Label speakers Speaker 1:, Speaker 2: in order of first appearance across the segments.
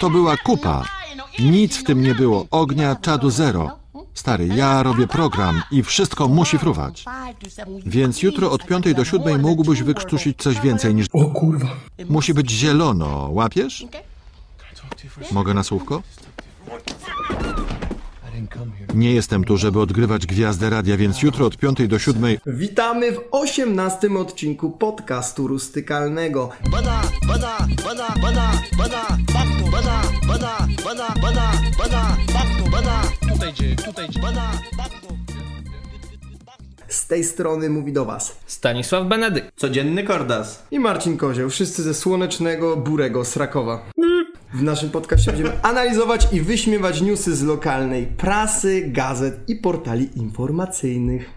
Speaker 1: To była kupa. Nic w tym nie było. Ognia, czadu zero. Stary, ja robię program i wszystko musi fruwać. Więc jutro od 5 do 7 mógłbyś wykrztusić coś więcej niż...
Speaker 2: O kurwa.
Speaker 1: Musi być zielono, łapiesz? Mogę na słówko? Nie jestem tu, żeby odgrywać gwiazdę radia, więc jutro od 5 do 7
Speaker 2: Witamy w 18 odcinku podcastu rustykalnego. Z tej strony mówi do Was
Speaker 3: Stanisław Benedyk.
Speaker 4: Codzienny kordas.
Speaker 2: i Marcin Kozioł, wszyscy ze słonecznego, burego Srakowa. W naszym podcaście będziemy analizować i wyśmiewać newsy z lokalnej prasy, gazet i portali informacyjnych.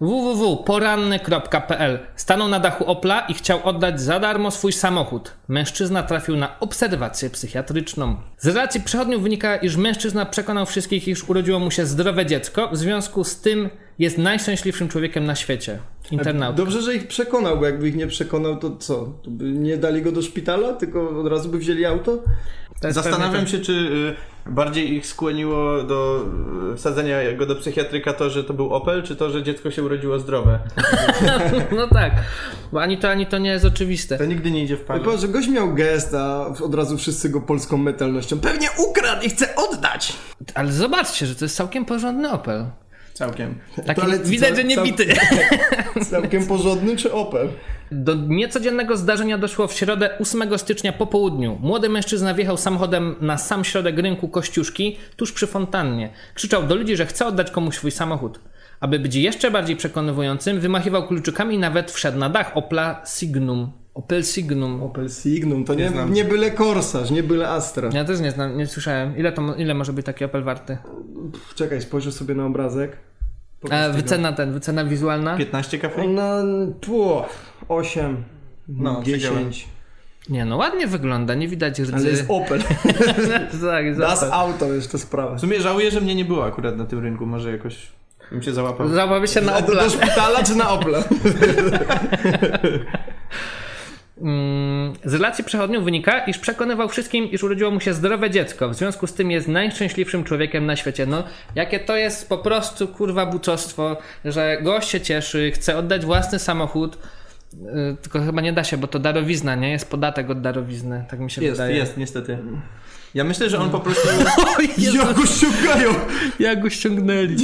Speaker 3: www.poranny.pl Stanął na dachu Opla i chciał oddać za darmo swój samochód. Mężczyzna trafił na obserwację psychiatryczną. Z relacji przechodniów wynika, iż mężczyzna przekonał wszystkich, iż urodziło mu się zdrowe dziecko, w związku z tym jest najszczęśliwszym człowiekiem na świecie. Internauta.
Speaker 2: Dobrze, że ich przekonał, bo jakby ich nie przekonał, to co? To by nie dali go do szpitala, tylko od razu by wzięli auto?
Speaker 3: To jest pewnie
Speaker 4: Zastanawiam
Speaker 3: to-
Speaker 4: się, czy y, bardziej ich skłoniło do y, wsadzenia go do psychiatryka to, że to był Opel, czy to, że dziecko się urodziło zdrowe.
Speaker 3: No tak, bo ani to, ani to nie jest oczywiste.
Speaker 4: To nigdy nie idzie w pamięć.
Speaker 2: Chyba, że gość miał gest, a od razu wszyscy go polską metalnością. Pewnie ukradł i chce oddać!
Speaker 3: Ale zobaczcie, że to jest całkiem porządny Opel.
Speaker 4: Całkiem.
Speaker 3: Taki,
Speaker 2: To ale-
Speaker 3: widać, że nie
Speaker 2: cał-
Speaker 3: bity.
Speaker 2: Całkiem porządny czy Opel?
Speaker 3: Do niecodziennego zdarzenia doszło w środę 8 stycznia po południu. Młody mężczyzna wjechał samochodem na sam środek rynku Kościuszki, tuż przy fontannie. Krzyczał do ludzi, że chce oddać komuś swój samochód. Aby być jeszcze bardziej przekonywującym, wymachiwał kluczykami i nawet wszedł na dach Opla Signum. Opel Signum.
Speaker 2: Opel Signum, to nie,
Speaker 4: znam.
Speaker 2: nie byle Korsarz, nie byle Astra.
Speaker 3: Ja też nie, znam, nie słyszałem. Ile, to, mo- ile może być taki Opel warty?
Speaker 2: Pff, Czekaj, spojrzę sobie na obrazek. Pokaż
Speaker 3: E,
Speaker 2: tego.
Speaker 3: wycena ten, wycena wizualna?
Speaker 4: 15 kafli?
Speaker 2: Na tło 8,
Speaker 4: No,
Speaker 2: no, 10.
Speaker 3: Nie no, ładnie wygląda, nie widać rdzy.
Speaker 2: Ale jest Opel.
Speaker 3: tak, jest
Speaker 2: Das
Speaker 3: Opel.
Speaker 2: auto jest to sprawa.
Speaker 4: W sumie żałuję, że mnie nie było akurat na tym rynku, może jakoś bym się załapał.
Speaker 3: Zabawię się na
Speaker 2: A do,
Speaker 3: Opla.
Speaker 2: do szpitala czy na Opla?
Speaker 3: Mm, Z relacji przechodniów wynika, iż przekonywał wszystkim, iż urodziło mu się zdrowe dziecko. W związku z tym jest najszczęśliwszym człowiekiem na świecie. No, jakie to jest po prostu kurwa bucostwo, że gość się cieszy, chce oddać własny samochód. Yy, Tylko chyba nie da się, bo to darowizna, nie? Jest podatek od darowizny, tak mi się
Speaker 4: Jest,
Speaker 3: wydaje.
Speaker 4: jest, niestety. Ja myślę, że on po prostu...
Speaker 3: jest.
Speaker 2: Jak go ściągają!
Speaker 3: Jak go ściągnęli.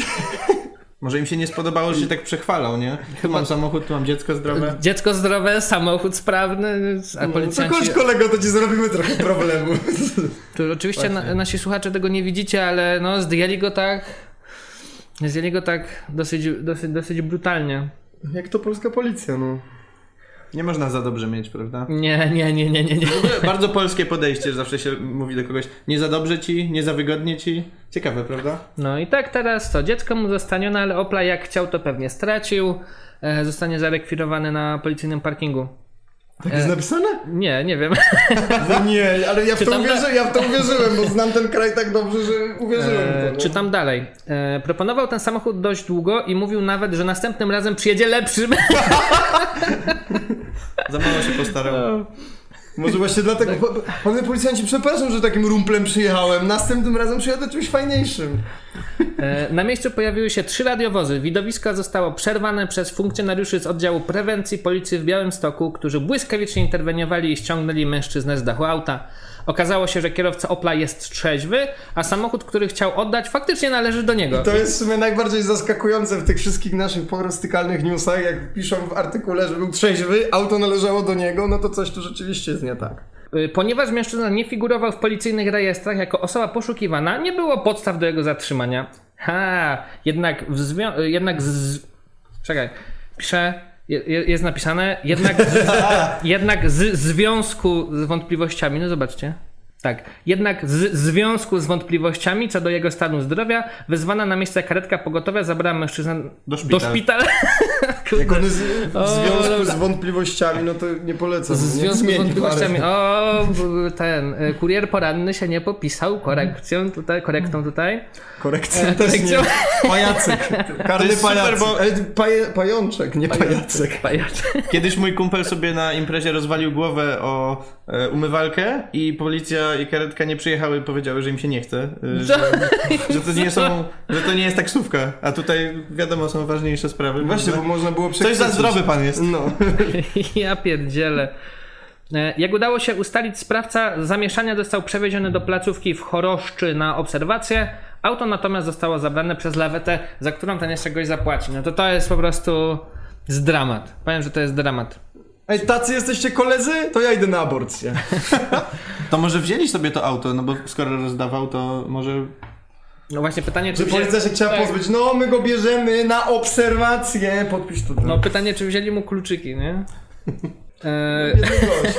Speaker 4: Może im się nie spodobało, że się tak przechwalał, nie? Tu mam samochód, tu mam dziecko zdrowe.
Speaker 3: Dziecko zdrowe, samochód sprawny, a
Speaker 2: To
Speaker 3: policjanci...
Speaker 2: chodź kolego, to ci zrobimy trochę problemu.
Speaker 3: To oczywiście na, nasi słuchacze tego nie widzicie, ale no zdjęli go tak. Zdjęli go tak dosyć, dosyć, dosyć brutalnie.
Speaker 2: Jak to polska policja, no.
Speaker 4: Nie można za dobrze mieć, prawda?
Speaker 3: Nie, nie, nie, nie, nie, nie.
Speaker 4: W ogóle Bardzo polskie podejście, że zawsze się mówi do kogoś nie za dobrze ci, nie za wygodnie ci. Ciekawe, prawda?
Speaker 3: No i tak teraz to dziecko mu zostanie, no ale Opla jak chciał, to pewnie stracił. E, zostanie zarekwirowany na policyjnym parkingu.
Speaker 2: Tak
Speaker 3: E.
Speaker 2: jest napisane?
Speaker 3: Nie, nie wiem.
Speaker 2: No nie, ale ja w, to
Speaker 3: Czytam
Speaker 2: uwierzy, ja w to uwierzyłem, bo znam ten kraj tak dobrze, że uwierzyłem w to.
Speaker 3: E,
Speaker 2: no.
Speaker 3: czytam dalej. E, proponował ten samochód dość długo i mówił nawet, że następnym razem przyjedzie lepszym.
Speaker 4: Za mało się postarał.
Speaker 2: Może właśnie dlatego.
Speaker 3: Tak.
Speaker 2: Pa- pa- Panie policjanci, przepraszam, że takim rumplem przyjechałem. Następnym razem przyjadę czymś fajniejszym.
Speaker 3: E, Na miejscu pojawiły się trzy radiowozy. Widowisko zostało przerwane przez funkcjonariuszy z oddziału prewencji policji w Białymstoku, którzy błyskawicznie interweniowali i ściągnęli mężczyznę z dachu auta. Okazało się, że kierowca Opla jest trzeźwy, a samochód, który chciał oddać, faktycznie należy do niego.
Speaker 2: To jest w sumie najbardziej zaskakujące w tych wszystkich naszych porustykalnych newsach, jak piszą w artykule, że był trzeźwy, auto należało do niego, no to coś tu rzeczywiście jest nie tak.
Speaker 3: Y, Ponieważ mężczyzna nie figurował w policyjnych rejestrach jako osoba poszukiwana, nie było podstaw do jego zatrzymania. Ha, jednak w zwią- y, jednak z... Czekaj, piszę, je- je- jest napisane, jednak z, jednak z związku z wątpliwościami, no zobaczcie. Tak, jednak z w związku z wątpliwościami co do jego stanu zdrowia, wezwana na miejsce karetka pogotowia zabrała mężczyznę
Speaker 4: Do szpitala.
Speaker 3: Do szpitala.
Speaker 2: Jak
Speaker 3: Kurde.
Speaker 2: one z, w
Speaker 3: O,
Speaker 2: związku
Speaker 3: dobra.
Speaker 2: z wątpliwościami, no to nie polecam.
Speaker 3: Z
Speaker 2: nie?
Speaker 3: związku z
Speaker 2: Zmień
Speaker 3: wątpliwościami.
Speaker 2: parę.
Speaker 3: O, b- ten y, kurier poranny się nie popisał korekcją tutaj, korektą tutaj.
Speaker 2: Korekcja też nie.
Speaker 3: E, korekcja.
Speaker 2: Pajacyk.
Speaker 4: To
Speaker 2: Karny
Speaker 4: jest super,
Speaker 2: pajacyk.
Speaker 4: bo-
Speaker 2: Ej, paje- pajączek, nie pajacek.
Speaker 3: Pajaczek.
Speaker 4: Kiedyś mój kumpel sobie na imprezie rozwalił głowę o e, umywalkę i policja i karetka nie przyjechały, powiedziały, że im się nie chce. e, Że, że, to nie są, że to nie jest taksówka. A tutaj wiadomo, są ważniejsze sprawy.
Speaker 2: Właśnie, bo można było
Speaker 4: Coś
Speaker 2: przekręcić.
Speaker 4: za zdrowy pan jest.
Speaker 2: No.
Speaker 3: Ja pierdzielę. E, Jak udało się ustalić, sprawca zamieszania został przewieziony do placówki w Choroszczy na obserwację. Auto natomiast zostało zabrane przez lawetę, za którą ten jeszcze goś zapłaci. No to to jest po prostu z dramat. Powiem, że to jest dramat.
Speaker 2: Ej, tacy jesteście koledzy? To ja idę na aborcję.
Speaker 4: To może wzięli sobie to auto, no bo skoro rozdawał, to może...
Speaker 3: No właśnie pytanie, czy...
Speaker 2: Że
Speaker 3: wzię-
Speaker 2: policja się chciała
Speaker 3: Tak.
Speaker 2: pozbyć. No, my go bierzemy na obserwację. Podpisz to.
Speaker 3: No
Speaker 2: No.
Speaker 3: pytanie, czy wzięli mu kluczyki, nie? E,
Speaker 2: Gość.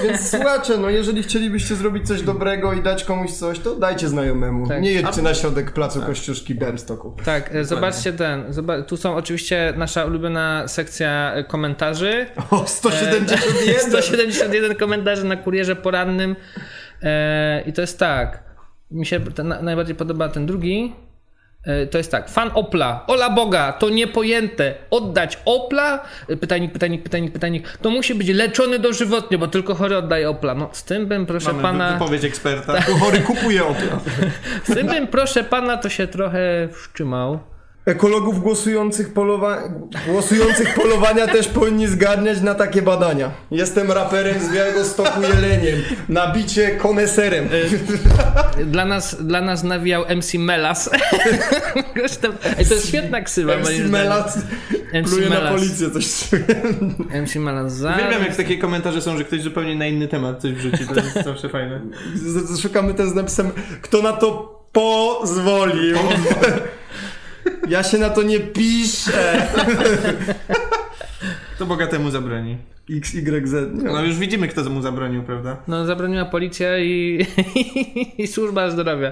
Speaker 2: Więc słuchacze, no jeżeli chcielibyście zrobić coś dobrego i dać komuś coś, to dajcie znajomemu.
Speaker 3: Tak.
Speaker 2: Nie jedźcie na środek placu Kościuszki Bemstoku.
Speaker 3: Tak, e, zobaczcie ten. Zoba tu są oczywiście nasza ulubiona sekcja e, komentarzy.
Speaker 2: O,
Speaker 4: E,
Speaker 2: 171!
Speaker 3: 171 komentarzy na kurierze porannym. E, I to jest tak. Mi się ten, na- najbardziej podoba ten drugi. E, To jest tak, fan Opla, ola Boga, to niepojęte, oddać Opla, E, pytajnik, pytajnik, pytajnik, pytajnik, to musi być leczony dożywotnie, bo tylko chory oddaje Opla. No z tym bym, proszę
Speaker 4: Mamy
Speaker 3: pana...
Speaker 4: wypowiedź eksperta.
Speaker 2: Chory kupuje opla.
Speaker 3: Z tym bym, proszę pana, to się trochę wstrzymał.
Speaker 2: Ekologów głosujących, polowa... głosujących polowania też powinni zgarniać na takie badania. Jestem raperem z Białego Stoku Jeleniem. Nabicie
Speaker 3: E,
Speaker 2: koneserem.
Speaker 3: Dla nas, dla nas nawijał MC Melas. Gość tam- Ej, to jest świetna ksywa, moim
Speaker 2: MC
Speaker 3: zdaniem.
Speaker 2: Melas pluje na policję coś.
Speaker 3: MC Melas za...
Speaker 4: Uwielbiam jak takie komentarze są, że ktoś zupełnie na inny temat coś wrzuci, to jest zawsze fajne.
Speaker 2: Z- z- Szukamy ten z napisem, kto na to pozwolił. Ja się na to nie piszę.
Speaker 4: To bogatemu zabroni.
Speaker 2: XYZ. Y, Nie.
Speaker 4: No już widzimy, kto mu zabronił, prawda?
Speaker 3: No, zabroniła policja i, i służba zdrowia.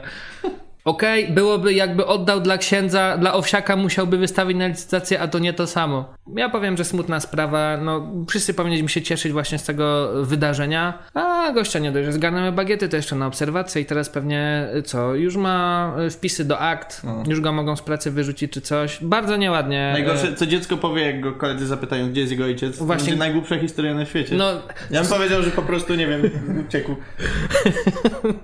Speaker 3: Okej, byłoby jakby oddał dla księdza, dla owsiaka musiałby wystawić na licytację, a to nie to samo. Ja powiem, że smutna sprawa, no wszyscy powinniśmy się cieszyć właśnie z tego wydarzenia. A gościa nie dość, że zgarnęły bagiety, to jeszcze na obserwację i teraz pewnie y, co, już ma y, wpisy do akt, już go mogą z pracy wyrzucić czy coś. Bardzo nieładnie.
Speaker 4: Najgorsze, co dziecko powie, jak go koledzy zapytają, gdzie jest jego ojciec. To
Speaker 3: E, Właśnie.
Speaker 4: Właśnie. będzie najgłupsza historia na świecie.
Speaker 3: No,
Speaker 4: Ja bym powiedział, że po prostu, nie wiem, uciekł.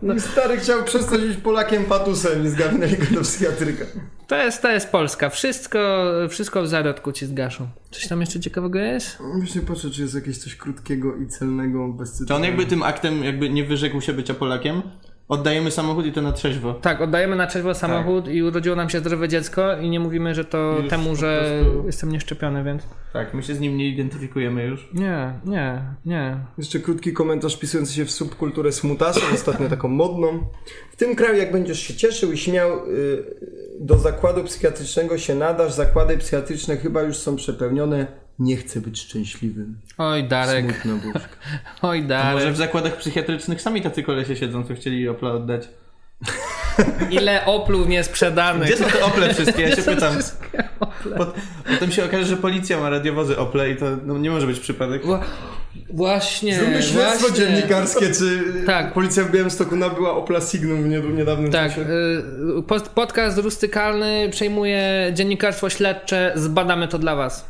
Speaker 2: No Stary chciał przestać być Polakiem patusem i zgarnęli go do psychiatryka.
Speaker 3: to jest, to jest Polska. Wszystko, wszystko w zarodku ci zgaszą. Coś tam jeszcze ciekawego jest?
Speaker 2: Właśnie patrzę, czy jest jakieś coś krótkiego i celnego bez
Speaker 4: Czy
Speaker 2: cytatu.
Speaker 4: on jakby tym aktem jakby nie wyrzekł się bycia Polakiem? Oddajemy samochód i to na trzeźwo.
Speaker 3: Tak, oddajemy na trzeźwo samochód i urodziło nam się zdrowe dziecko i nie mówimy, że to
Speaker 4: Już
Speaker 3: temu,
Speaker 4: po
Speaker 3: że
Speaker 4: prostu-
Speaker 3: jestem nieszczepiony, więc
Speaker 4: Tak, my się z nim nie identyfikujemy już.
Speaker 3: nie, nie, nie.
Speaker 2: Jeszcze krótki komentarz wpisujący się w subkulturę smutasów, ostatnio taką modną. W tym kraju, jak będziesz się cieszył i śmiał, y, do zakładu psychiatrycznego się nadasz. Zakłady psychiatryczne chyba już są przepełnione. Nie chcę być szczęśliwym.
Speaker 3: Oj Darek,
Speaker 2: Smutna buźka.
Speaker 3: oj Darek,
Speaker 4: Może w zakładach psychiatrycznych sami tacy kolesie siedzą, co chcieli Opla oddać.
Speaker 3: ile oplów niesprzedanych.
Speaker 4: Gdzie są te Ople wszystkie? Ja się pytam.
Speaker 3: Wszystkie Ople.
Speaker 4: Pot- Potem się okaże, że policja ma radiowozy Ople i to no, nie może być przypadek.
Speaker 3: Wła- Właśnie,
Speaker 2: Zróbmy śledztwo
Speaker 3: właśnie.
Speaker 2: dziennikarskie, czy
Speaker 3: Tak.
Speaker 2: policja w Białymstoku nabyła Opla Signum w nied- niedawnym
Speaker 3: Tak,
Speaker 2: czasie.
Speaker 3: y, pod- podcast rustykalny przejmuje dziennikarstwo śledcze, zbadamy to dla was.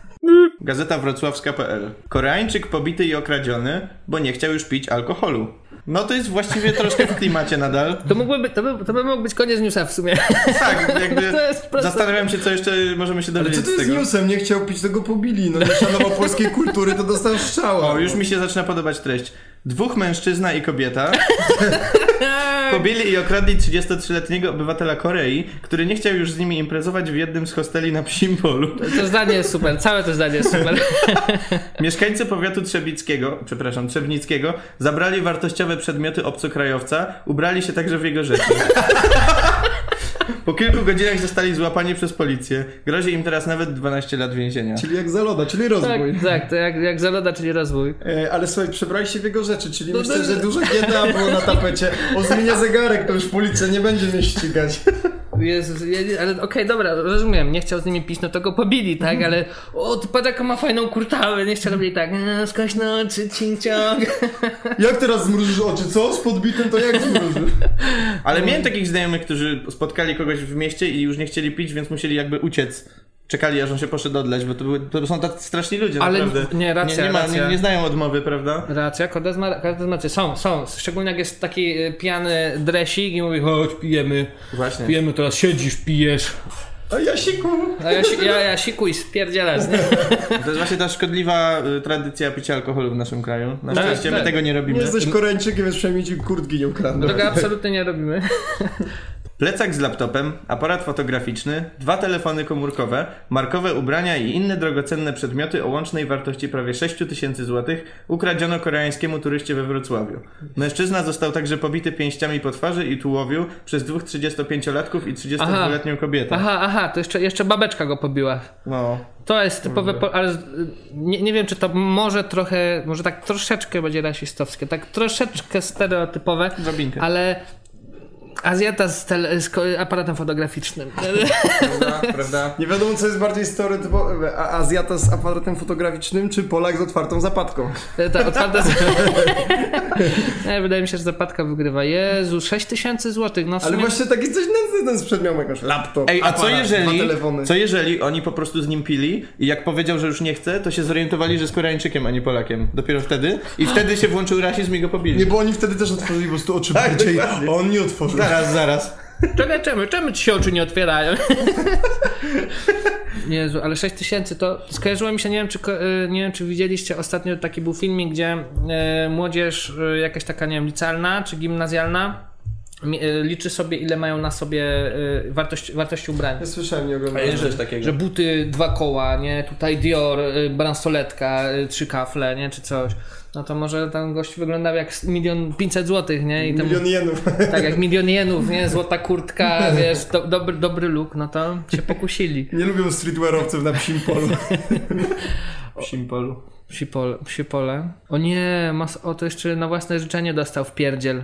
Speaker 4: Gazeta wrocławska.pl Koreańczyk pobity i okradziony, bo nie chciał już pić alkoholu. No to jest właściwie troszkę w klimacie nadal.
Speaker 3: To, mógłby, być- to, by, to by mógł być koniec newsa w sumie.
Speaker 4: Tak, jakby
Speaker 3: To jest proste.
Speaker 4: zastanawiam się, co jeszcze możemy się
Speaker 2: Ale
Speaker 4: dowiedzieć
Speaker 2: co to
Speaker 4: z
Speaker 2: jest
Speaker 4: tego.
Speaker 2: newsem? Nie chciał pić, tego pobili. No nie szanował polskiej kultury, to dostał strzała. No.
Speaker 4: O, No, już mi się zaczyna podobać treść. Dwóch mężczyzna i kobieta pobili i okradli 33-letniego obywatela Korei, który nie chciał już z nimi imprezować w jednym z hosteli na psim polu.
Speaker 3: To zdanie jest super, całe to zdanie jest super. Tak.
Speaker 4: Mieszkańcy powiatu trzebickiego, przepraszam, trzebnickiego, zabrali wartościowe przedmioty obcokrajowca, ubrali się także w jego rzeczy. Po kilku godzinach zostali złapani przez policję. Grozi im teraz nawet 12 lat więzienia.
Speaker 2: Czyli jak zaloda, czyli
Speaker 3: Tak,
Speaker 2: rozwój.
Speaker 3: tak, to jak, jak zaloda, czyli rozwój.
Speaker 2: E, Ale słuchaj, przebrali się w jego rzeczy, czyli myślę, że dużo GTA było na tapecie. O zmianie zegarek, to już policja nie będzie mnie ścigać.
Speaker 3: Jezus, je- ale okej, dobra, rozumiem, nie chciał z nimi pić, no to go pobili, tak, ale o, ty patrz jaką ma fajną kurtawę, nie chciał robić tak, e, skośno oczy, cinciok.
Speaker 2: Jak teraz zmrużysz oczy, co? Z podbitym to jak zmrużysz?
Speaker 4: Ale miałem takich znajomych, którzy spotkali kogoś w mieście i już nie chcieli pić, więc musieli jakby uciec. Czekali, aż on się poszedł odleć, bo to, były, to są tak straszni ludzie,
Speaker 3: Ale
Speaker 4: naprawdę.
Speaker 3: nie, racja,
Speaker 4: nie, nie, ma,
Speaker 3: racja.
Speaker 4: nie, nie znają odmowy, prawda?
Speaker 3: Racja, każdy ma, każdy ma są, są, szczególnie jak jest taki y, pijany dresik i mówi, chodź, pijemy,
Speaker 4: Właśnie.
Speaker 3: pijemy, teraz siedzisz, pijesz,
Speaker 2: A Jasiku!
Speaker 3: a ja, si- ja, ja sikuj, spierdzielasz, nie?
Speaker 4: To jest właśnie ta szkodliwa y, tradycja picia alkoholu w naszym kraju. Na
Speaker 3: Tak,
Speaker 4: szczęście my
Speaker 3: tak.
Speaker 4: tego nie
Speaker 2: Nie
Speaker 4: robimy.
Speaker 2: jesteś Koreańczykiem, więc przynajmniej ci kurtki nie ukradną.
Speaker 3: Tego absolutnie nie robimy.
Speaker 4: Plecak z laptopem, aparat fotograficzny, dwa telefony komórkowe, markowe ubrania i inne drogocenne przedmioty o łącznej wartości prawie 6 tysięcy złotych ukradziono koreańskiemu turyście we Wrocławiu. Mężczyzna został także pobity pięściami po twarzy i tułowiu przez dwóch 35-latków i 32-letnią kobietę.
Speaker 3: Aha, aha, to jeszcze, jeszcze babeczka go pobiła.
Speaker 4: No.
Speaker 3: To jest typowe, po, ale y, nie, nie wiem, czy to może trochę, może tak troszeczkę będzie rasistowskie, tak troszeczkę stereotypowe,
Speaker 4: Drobinkę.
Speaker 3: ale Azjata z, tele, z ko- aparatem fotograficznym.
Speaker 5: prawda? prawda?
Speaker 2: Nie wiadomo, co jest bardziej stereotypowe. a- Azjata z aparatem fotograficznym, czy Polak z otwartą zapadką?
Speaker 3: Ta otwarta z... nie, E, wydaje mi się, że zapadka wygrywa. Jezu, 6 tysięcy złotych, no w
Speaker 2: Ale
Speaker 3: sumie...
Speaker 2: właśnie taki coś nędzny ten przedmiotek, masz laptop,
Speaker 4: Ej, a co
Speaker 2: aparat,
Speaker 4: jeżeli,
Speaker 2: dwa telefony.
Speaker 4: co jeżeli oni po prostu z nim pili i jak powiedział, że już nie chce, to się zorientowali, że jest Koreańczykiem, a nie Polakiem. Dopiero wtedy. I wtedy się włączył rasizm i go pobili.
Speaker 2: Nie, bo oni wtedy też otworzyli po prostu oczy tak, bardziej, a
Speaker 4: dokładnie. Tak.
Speaker 2: on nie otworzył.
Speaker 4: Zaraz, zaraz.
Speaker 3: Czekaj, czemu, czemu ci się oczy nie otwierają? Jezu, ale 6 tysięcy to skojarzyło mi się, nie wiem, czy, ko- y, nie wiem czy widzieliście, ostatnio taki był filmik, gdzie y, młodzież y, jakaś taka, nie wiem, licealna czy gimnazjalna mi- y, liczy sobie ile mają na sobie y, wartość, wartości ubrań.
Speaker 5: Ja słyszałem, nie oglądałem.
Speaker 4: Jest rzecz takiego.
Speaker 3: Że buty, dwa koła, nie? Tutaj Dior, y, bransoletka, y, trzy kafle, nie? Czy coś. No to może ten gość wyglądał jak milion pięćset złotych, nie? I temu-
Speaker 2: Milion jenów.
Speaker 3: tak, jak milion jenów, nie? Złota kurtka, wiesz, do, dobry, dobry look, no to się pokusili.
Speaker 2: Nie lubią streetwearowców na psim polu.
Speaker 4: Psim polu.
Speaker 3: Psi pole. Psi pole. O nie, mas, o to jeszcze na własne życzenie dostał w pierdziel.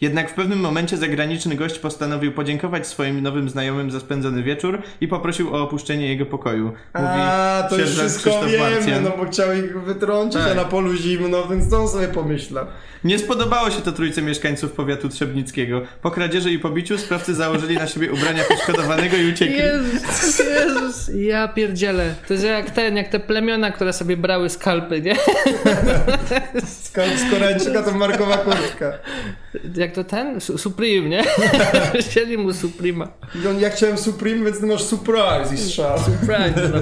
Speaker 4: Jednak w pewnym momencie zagraniczny gość postanowił podziękować swoim nowym znajomym za spędzony wieczór i poprosił o opuszczenie jego pokoju. Mówi
Speaker 2: A, to już
Speaker 4: sierżant
Speaker 2: wszystko
Speaker 4: Krzysztof
Speaker 2: wiemy,
Speaker 4: Marcjan.
Speaker 2: no bo chciał ich wytrącić,
Speaker 4: Tak.
Speaker 2: a na polu zimno, więc to on sobie pomyślał.
Speaker 4: Nie spodobało się to trójce mieszkańców powiatu trzebnickiego. Po kradzieży i pobiciu sprawcy założyli na siebie ubrania poszkodowanego i uciekli.
Speaker 3: Jezus, Jezus, ja pierdzielę. To jest jak ten, jak te plemiona, które sobie brały skalpy, nie?
Speaker 2: Skarb z Koreańczyka to markowa kurtka.
Speaker 3: Jak to ten? Su- Supreme, nie? Wzięli mu Suprema.
Speaker 2: I on, ja chciałem Supreme, więc ty masz Surprise i strzał.
Speaker 3: Prawda, no.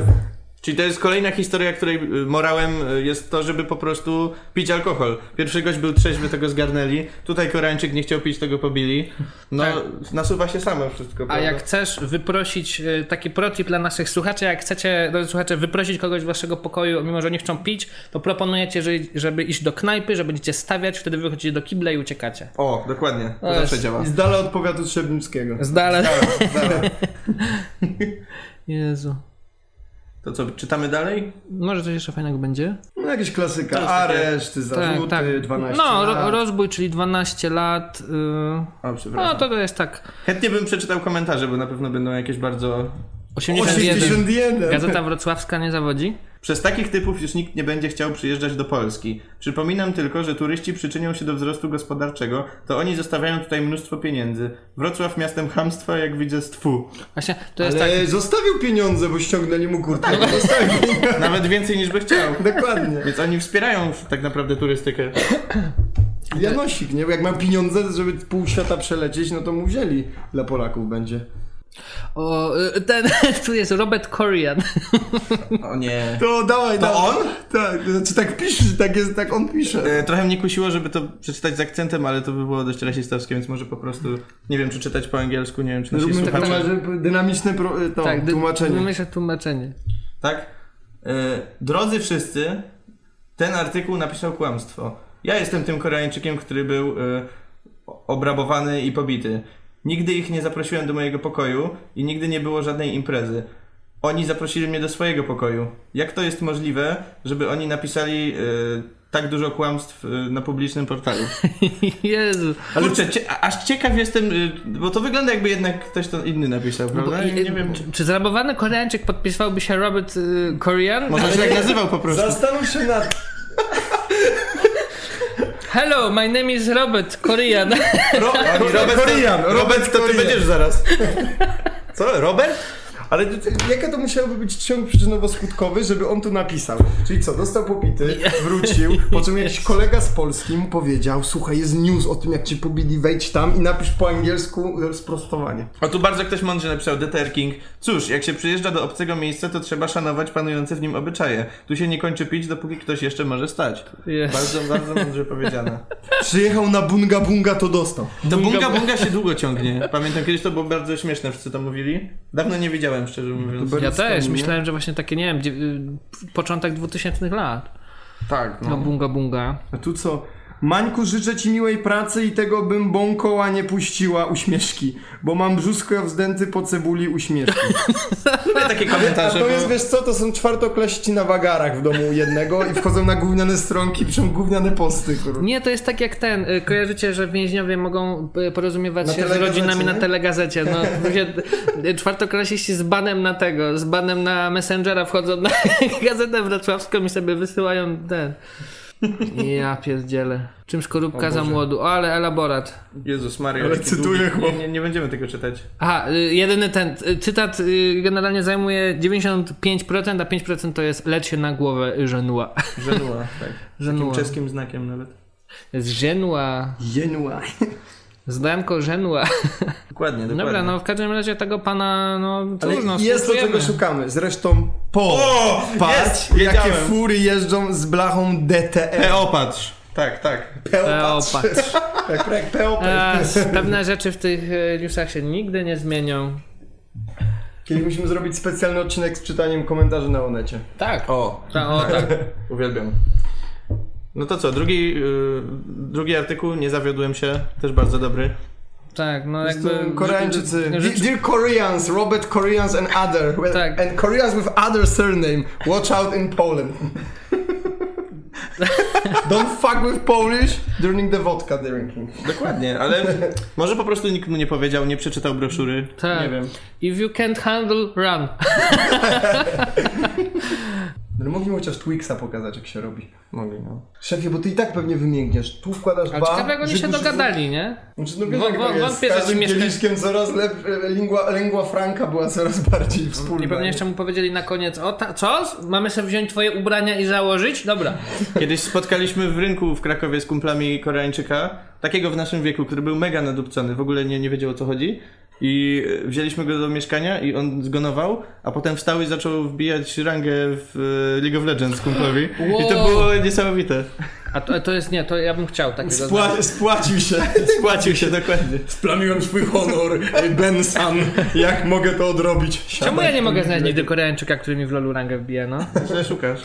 Speaker 4: Czyli to jest kolejna historia, której y, morałem y, jest to, żeby po prostu pić alkohol. Pierwszy gość był trzeźwy, tego zgarnęli. Tutaj Koreańczyk nie chciał pić, tego pobili. No, nasuwa się samo wszystko,
Speaker 3: Tak. A
Speaker 4: prawda?
Speaker 3: jak chcesz wyprosić, y, taki protip dla naszych słuchaczy, jak chcecie, drodzy słuchacze, wyprosić kogoś z waszego pokoju, mimo że nie chcą pić, to proponujecie, że, żeby iść do knajpy, że będziecie stawiać, wtedy wychodzicie do kibla i uciekacie.
Speaker 4: O, dokładnie. To
Speaker 3: No
Speaker 4: zawsze
Speaker 3: jest-
Speaker 4: działa.
Speaker 2: I z dala od powiatu trzebnickiego.
Speaker 3: Z dala. Jezu.
Speaker 4: To co, czytamy dalej?
Speaker 3: Może coś jeszcze fajnego będzie?
Speaker 2: No jakieś klasyka,
Speaker 4: Klasyka.
Speaker 2: areszty, zarzuty, 12
Speaker 3: Tak, No, ro-
Speaker 2: lat.
Speaker 3: rozbój, czyli 12 lat. y,
Speaker 4: O,
Speaker 3: No
Speaker 4: przepraszam.
Speaker 3: to to jest tak.
Speaker 4: Chętnie bym przeczytał komentarze, bo na pewno będą jakieś bardzo...
Speaker 3: 81.
Speaker 2: 81.
Speaker 3: Gazeta Wrocławska nie zawodzi.
Speaker 4: Przez takich typów już nikt nie będzie chciał przyjeżdżać do Polski. Przypominam tylko, że turyści przyczynią się do wzrostu gospodarczego, to oni zostawiają tutaj mnóstwo pieniędzy. Wrocław miastem chamstwa, jak widzę, stwu.
Speaker 3: Właśnie, to jest No,
Speaker 2: Ale
Speaker 3: tak.
Speaker 2: E, zostawił pieniądze, bo ściągnęli mu kurtkę.
Speaker 4: Nawet więcej niż by chciał.
Speaker 2: Dokładnie.
Speaker 4: Więc oni wspierają tak naprawdę turystykę.
Speaker 2: Janosik, nie? Bo jak ma pieniądze, żeby pół świata przelecieć, no to mu wzięli. Dla Polaków będzie.
Speaker 3: O, y, ten, tu jest Robert Corian.
Speaker 4: O nie.
Speaker 2: To dawaj, To
Speaker 4: on?
Speaker 2: Tak, to znaczy tak pisze, tak jest, tak on pisze.
Speaker 4: E, Trochę mnie kusiło, żeby to przeczytać z akcentem, ale to by było dość rasistowskie, więc może po prostu nie wiem, czy czytać po angielsku, nie wiem, czy nasi
Speaker 2: Róbmy tak,
Speaker 4: słuchacze...
Speaker 2: tak dynamiczne pro, to,
Speaker 3: Tak, dy-
Speaker 2: tłumaczenie.
Speaker 3: Myślę tłumaczenie.
Speaker 4: Tak? E, drodzy wszyscy, ten artykuł napisał kłamstwo. Ja jestem tym Koreańczykiem, który był e, obrabowany i pobity. Nigdy ich nie zaprosiłem do mojego pokoju i nigdy nie było żadnej imprezy. Oni zaprosili mnie do swojego pokoju. Jak to jest możliwe, żeby oni napisali e, tak dużo kłamstw y, na publicznym portalu.
Speaker 3: Jezu.
Speaker 4: Ale Kurczę, cie, a- aż ciekaw jestem, y, bo to wygląda jakby jednak ktoś to inny napisał, prawda?
Speaker 3: I-
Speaker 4: I nie wiem, czy...
Speaker 3: Czy zrabowany Koreańczyk podpisywałby się Robert y, Korean?
Speaker 4: Może się tak nazywał po prostu.
Speaker 5: Zastanów się nad
Speaker 3: Hello, my name is Robert Korean.
Speaker 4: Ro- Robert,
Speaker 5: Korean,
Speaker 4: to, Robert, to ty będziesz zaraz. Co, Robert?
Speaker 5: Ale
Speaker 2: Jaka to musiałaby być ciąg przyczynowo-skutkowy, żeby on to napisał? Czyli co, dostał popity, wrócił, po czym jakiś kolega z Polski mu powiedział, słuchaj, jest news o tym, jak cię pobili, wejdź tam i napisz po angielsku sprostowanie.
Speaker 4: O tu bardzo ktoś mądrze napisał DTR King. Cóż, jak się przyjeżdża do obcego miejsca, to trzeba szanować panujące w nim obyczaje. Tu się nie kończy pić, dopóki ktoś jeszcze może stać.
Speaker 3: Jest.
Speaker 4: Bardzo, bardzo mądrze powiedziane.
Speaker 2: Przyjechał na bunga bunga, to dostał.
Speaker 4: To bunga bunga się długo ciągnie. Pamiętam kiedyś to było bardzo śmieszne, wszyscy to mówili. Dawno nie widziałem, szczerze mówiąc.
Speaker 3: Ja też, myślałem, że właśnie takie, nie wiem, dzie- y, początek 2000 lat.
Speaker 4: Tak,
Speaker 3: No bunga bunga.
Speaker 2: A tu co? Mańku, życzę ci miłej pracy i tego bym bąkoła nie puściła uśmieszki, bo mam brzuszko wzdęty po cebuli uśmieszki.
Speaker 4: Lubię takie
Speaker 2: A
Speaker 4: komentarze,
Speaker 2: to jest,
Speaker 4: bo...
Speaker 2: wiesz co, to są czwartoklaści na wagarach w domu jednego i wchodzą na gówniane stronki, piszą gówniane posty, kurwa.
Speaker 3: Nie, to jest tak jak ten, y, kojarzycie, że więźniowie mogą y, porozumiewać
Speaker 2: Na
Speaker 3: się z
Speaker 2: telegazecie,
Speaker 3: rodzinami na
Speaker 2: nie?
Speaker 3: telegazecie. No, się- y, czwartoklasiści z banem na tego, z banem na Messengera wchodzą na gazetę wrocławską i sobie wysyłają ten. Ja pierdzielę. Czym szkorupka za młodu, O, ale elaborat.
Speaker 4: Jezus Maria,
Speaker 2: Ale
Speaker 4: jaki
Speaker 2: cytuję
Speaker 4: długi.
Speaker 2: chłop.
Speaker 4: nie, nie, nie będziemy tego czytać.
Speaker 3: Aha, y, jedyny ten y, cytat y, generalnie zajmuje 95%, a 5% to jest leć się na głowę żenua.
Speaker 4: Żenua, tak. Takim
Speaker 3: Żenua.
Speaker 4: czeskim znakiem nawet.
Speaker 3: Z żenua.
Speaker 2: Jenua.
Speaker 3: Zdanko żenua.
Speaker 4: Dokładnie, dokładnie.
Speaker 3: Dobra, no w każdym razie tego pana, no
Speaker 2: Ale
Speaker 3: trudno,
Speaker 2: jest to, czego
Speaker 3: współczujemy.
Speaker 2: szukamy. Zresztą po.
Speaker 4: O!
Speaker 2: Patrz,
Speaker 4: Jest!
Speaker 2: jakie
Speaker 4: Wiedziałem.
Speaker 2: fury jeżdżą z blachą E. DTE.
Speaker 4: Peopatrz. Tak, tak.
Speaker 3: Eopatrz.
Speaker 2: Tak, tak, PO.
Speaker 3: A, Pewne rzeczy w tych e, newsach się nigdy nie zmienią.
Speaker 2: Kiedyś musimy zrobić specjalny odcinek z czytaniem komentarzy na Onecie.
Speaker 3: Tak.
Speaker 4: O,
Speaker 3: Ta, o, tak.
Speaker 4: uwielbiam. No to co, drugi, yy, drugi artykuł, nie zawiodłem się, też bardzo dobry.
Speaker 3: tak, no
Speaker 2: To
Speaker 3: jakby... no,
Speaker 2: Koreańczycy.
Speaker 3: Rzeczy-
Speaker 2: Dear Koreans, Robert Koreans and other. Well,
Speaker 3: Tak.
Speaker 2: And Koreans with other surname. Watch out in Poland. Don't fuck with Polish during the vodka drinking.
Speaker 4: Dokładnie, ale może po prostu nikt mu nie powiedział, nie przeczytał broszury.
Speaker 3: Tak.
Speaker 4: Nie wiem.
Speaker 3: If you can't handle, run.
Speaker 2: No mogli mu chociaż Twixa pokazać, jak się robi.
Speaker 4: Mogli, no.
Speaker 2: Szefie, bo ty i tak pewnie wymięgniesz. Tu wkładasz
Speaker 3: Ale
Speaker 2: ba...
Speaker 3: ciekawe jak oni się
Speaker 2: Żydów-
Speaker 3: dogadali, nie?
Speaker 2: Znaczy, no wiesz,
Speaker 3: Wą-
Speaker 2: jak
Speaker 3: wą-
Speaker 2: to jest.
Speaker 3: wątpię,
Speaker 2: Z
Speaker 3: że ci
Speaker 2: każdym
Speaker 3: mieszka-
Speaker 2: kieliszkiem coraz lep... lingua, lingua franca była coraz bardziej wspólna.
Speaker 3: I pewnie jeszcze mu powiedzieli na koniec, o ta, co? Mamy sobie wziąć twoje ubrania i założyć? Dobra.
Speaker 4: Kiedyś spotkaliśmy w rynku w Krakowie z kumplami Koreańczyka, takiego w naszym wieku, który był mega nadupcony, w ogóle nie, nie wiedział o co chodzi. I e, wzięliśmy go do mieszkania i on zgonował, a potem wstał i zaczął wbijać rangę w e, League of Legends kumplowi. I to
Speaker 3: Wow.
Speaker 4: było niesamowite.
Speaker 3: A to, to jest, nie, to ja bym chciał takiego. znaczy.
Speaker 2: Spła- spłacił się.
Speaker 4: Spłacił się dokładnie.
Speaker 2: Splamiłem swój honor, ej, Ben San. Jak mogę to odrobić?
Speaker 3: Czemu ja nie mogę znaleźć nigdy Koreańczyka, który mi w lolu rangę wbija, no?
Speaker 4: Źle szukasz.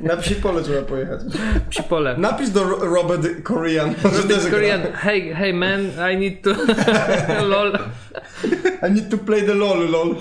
Speaker 2: Na psi pole trzeba pojechać.
Speaker 3: Przy pole.
Speaker 2: Napisz do Ro- Robert Korean. że też gra.
Speaker 3: Korean, hey, hey man, I need to... Lol.
Speaker 2: I need to play the lol, lol.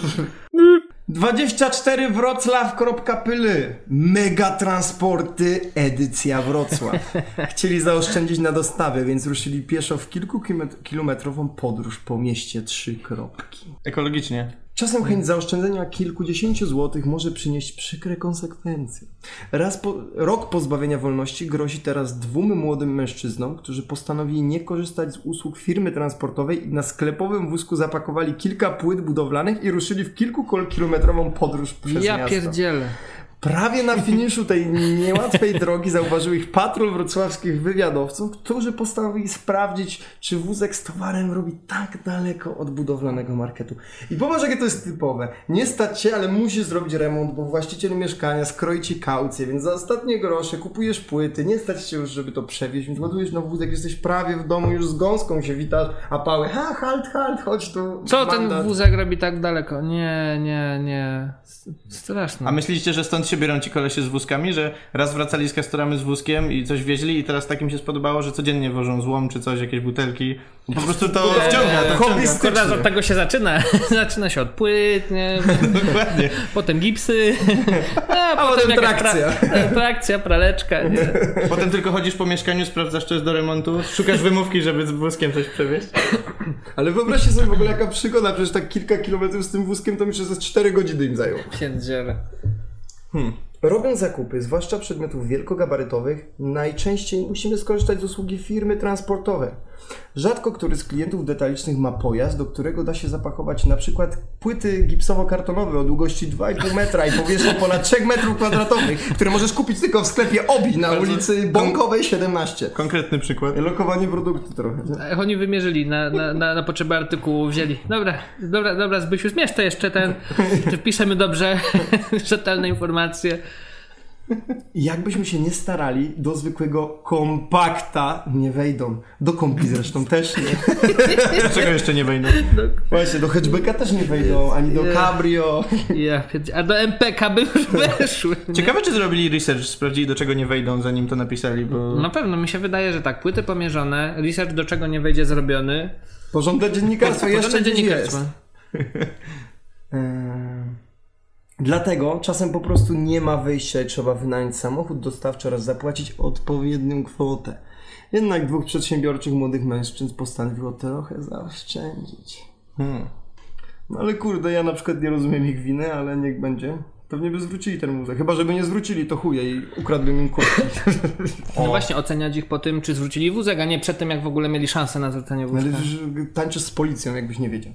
Speaker 2: 24 Wrocław.pl Megatransporty edycja Wrocław. Chcieli zaoszczędzić na dostawie, więc ruszyli pieszo w kilkukilometrową podróż po mieście Trzy Kropki.
Speaker 4: Ekologicznie.
Speaker 2: Czasem chęć zaoszczędzenia kilkudziesięciu złotych może przynieść przykre konsekwencje. Raz po, rok pozbawienia wolności grozi teraz dwóm młodym mężczyznom, którzy postanowili nie korzystać z usług firmy transportowej i na sklepowym wózku zapakowali kilka płyt budowlanych i ruszyli w kilkukilometrową podróż przez
Speaker 3: Ja
Speaker 2: miasto.
Speaker 3: pierdzielę.
Speaker 2: Prawie na finiszu tej niełatwej drogi zauważył ich patrol wrocławskich wywiadowców, którzy postanowili sprawdzić, czy wózek z towarem robi tak daleko od budowlanego marketu. I popatrz, jakie to jest typowe. Nie stać się, ale musisz zrobić remont, bo właściciel mieszkania skroi ci kaucję, więc za ostatnie grosze kupujesz płyty, nie stać się już, żeby to przewieźć, więc ładujesz na wózek, jesteś prawie w domu, już z gąską się witasz, a pały, ha, halt, halt, chodź tu.
Speaker 3: Co ten
Speaker 2: mandat.
Speaker 3: wózek robi tak daleko? Nie, nie, nie. S- Straszne.
Speaker 4: A myślicie, że stąd się biorą ci kolesie z wózkami, że raz wracali z kastorami z wózkiem i coś wieźli i teraz takim się spodobało, że codziennie wożą złom czy coś, jakieś butelki. Po prostu to wciąga, to wciąga.
Speaker 3: Kurde, od tego się zaczyna. zaczyna się od płyt, nie?
Speaker 4: Dokładnie.
Speaker 3: potem gipsy, a, potem jakaś Pra, e, trakcja, praleczka. Nie?
Speaker 4: Potem tylko chodzisz po mieszkaniu, sprawdzasz, czy jest do remontu, szukasz wymówki, żeby z wózkiem coś przewieźć.
Speaker 2: Ale wyobraźcie sobie w ogóle jaka przygoda, przecież tak kilka kilometrów z tym wózkiem to mi przez 4 godziny im zajęło.
Speaker 3: Pierdziele.
Speaker 2: Robiąc zakupy, zwłaszcza przedmiotów wielkogabarytowych, najczęściej musimy skorzystać z usługi firmy transportowej. Rzadko który z klientów detalicznych ma pojazd, do którego da się zapakować na przykład płyty gipsowo-kartonowe o długości 2,5 metra i powierzchni ponad 3 metrów kwadratowych, które możesz kupić tylko w sklepie OBI na ulicy Bąkowej 17.
Speaker 4: Konkretny przykład.
Speaker 2: Lokowanie produktu trochę. nie?
Speaker 3: Ach, E, Oni wymierzyli na, na, na, na potrzeby artykułu, wzięli. Dobra, dobra, dobra, Zbysiu, zmierz to jeszcze ten. Czy wpiszemy dobrze rzetelne informacje?
Speaker 2: Jakbyśmy się nie starali, do zwykłego kompakta nie wejdą. Do kombi zresztą też nie.
Speaker 4: Dlaczego jeszcze nie wejdą?
Speaker 2: Właśnie, do hatchbacka też nie wejdą, ani do
Speaker 3: Jest.
Speaker 2: cabrio.
Speaker 3: Ja pierdzie... A do MPK by już weszły.
Speaker 4: Ciekawe, czy zrobili research, sprawdzili do czego nie wejdą, zanim to napisali, bo...
Speaker 3: Na pewno mi się wydaje, że tak, płyty pomierzone, research do czego nie wejdzie zrobiony.
Speaker 2: Porządne dziennikarstwo jeszcze
Speaker 3: Porządne
Speaker 2: gdzieś
Speaker 3: dziennikarstwo.
Speaker 2: jest. E, Dlatego czasem po prostu nie ma wyjścia i trzeba wynająć samochód dostawczy oraz zapłacić odpowiednią kwotę. Jednak dwóch przedsiębiorczych młodych mężczyzn postanowiło trochę zaoszczędzić.
Speaker 4: Hmm.
Speaker 2: No ale kurde, ja na przykład nie rozumiem ich winy, ale niech będzie. Pewnie by zwrócili ten muzyk. Chyba, żeby nie zwrócili, to chuje i ukradłbym im kurtki.
Speaker 3: No właśnie, oceniać ich po tym, czy zwrócili wózek, a nie przed tym, jak w ogóle mieli szansę na zwrócenie
Speaker 2: Ale
Speaker 3: wózka.
Speaker 2: już tańczysz z policją, jakbyś nie wiedział.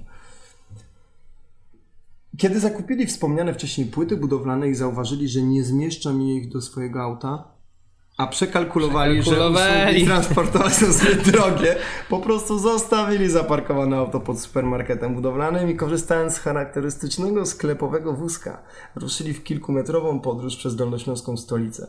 Speaker 2: Kiedy zakupili wspomniane wcześniej płyty budowlane i zauważyli, że nie zmieszczą ich do swojego auta, a przekalkulowali, że
Speaker 3: Przekalkulowali.
Speaker 2: usługi transportowe są zbyt drogie, po prostu zostawili zaparkowane auto pod supermarketem budowlanym i korzystając z charakterystycznego sklepowego wózka, ruszyli w kilkumetrową podróż przez dolnośląską stolicę.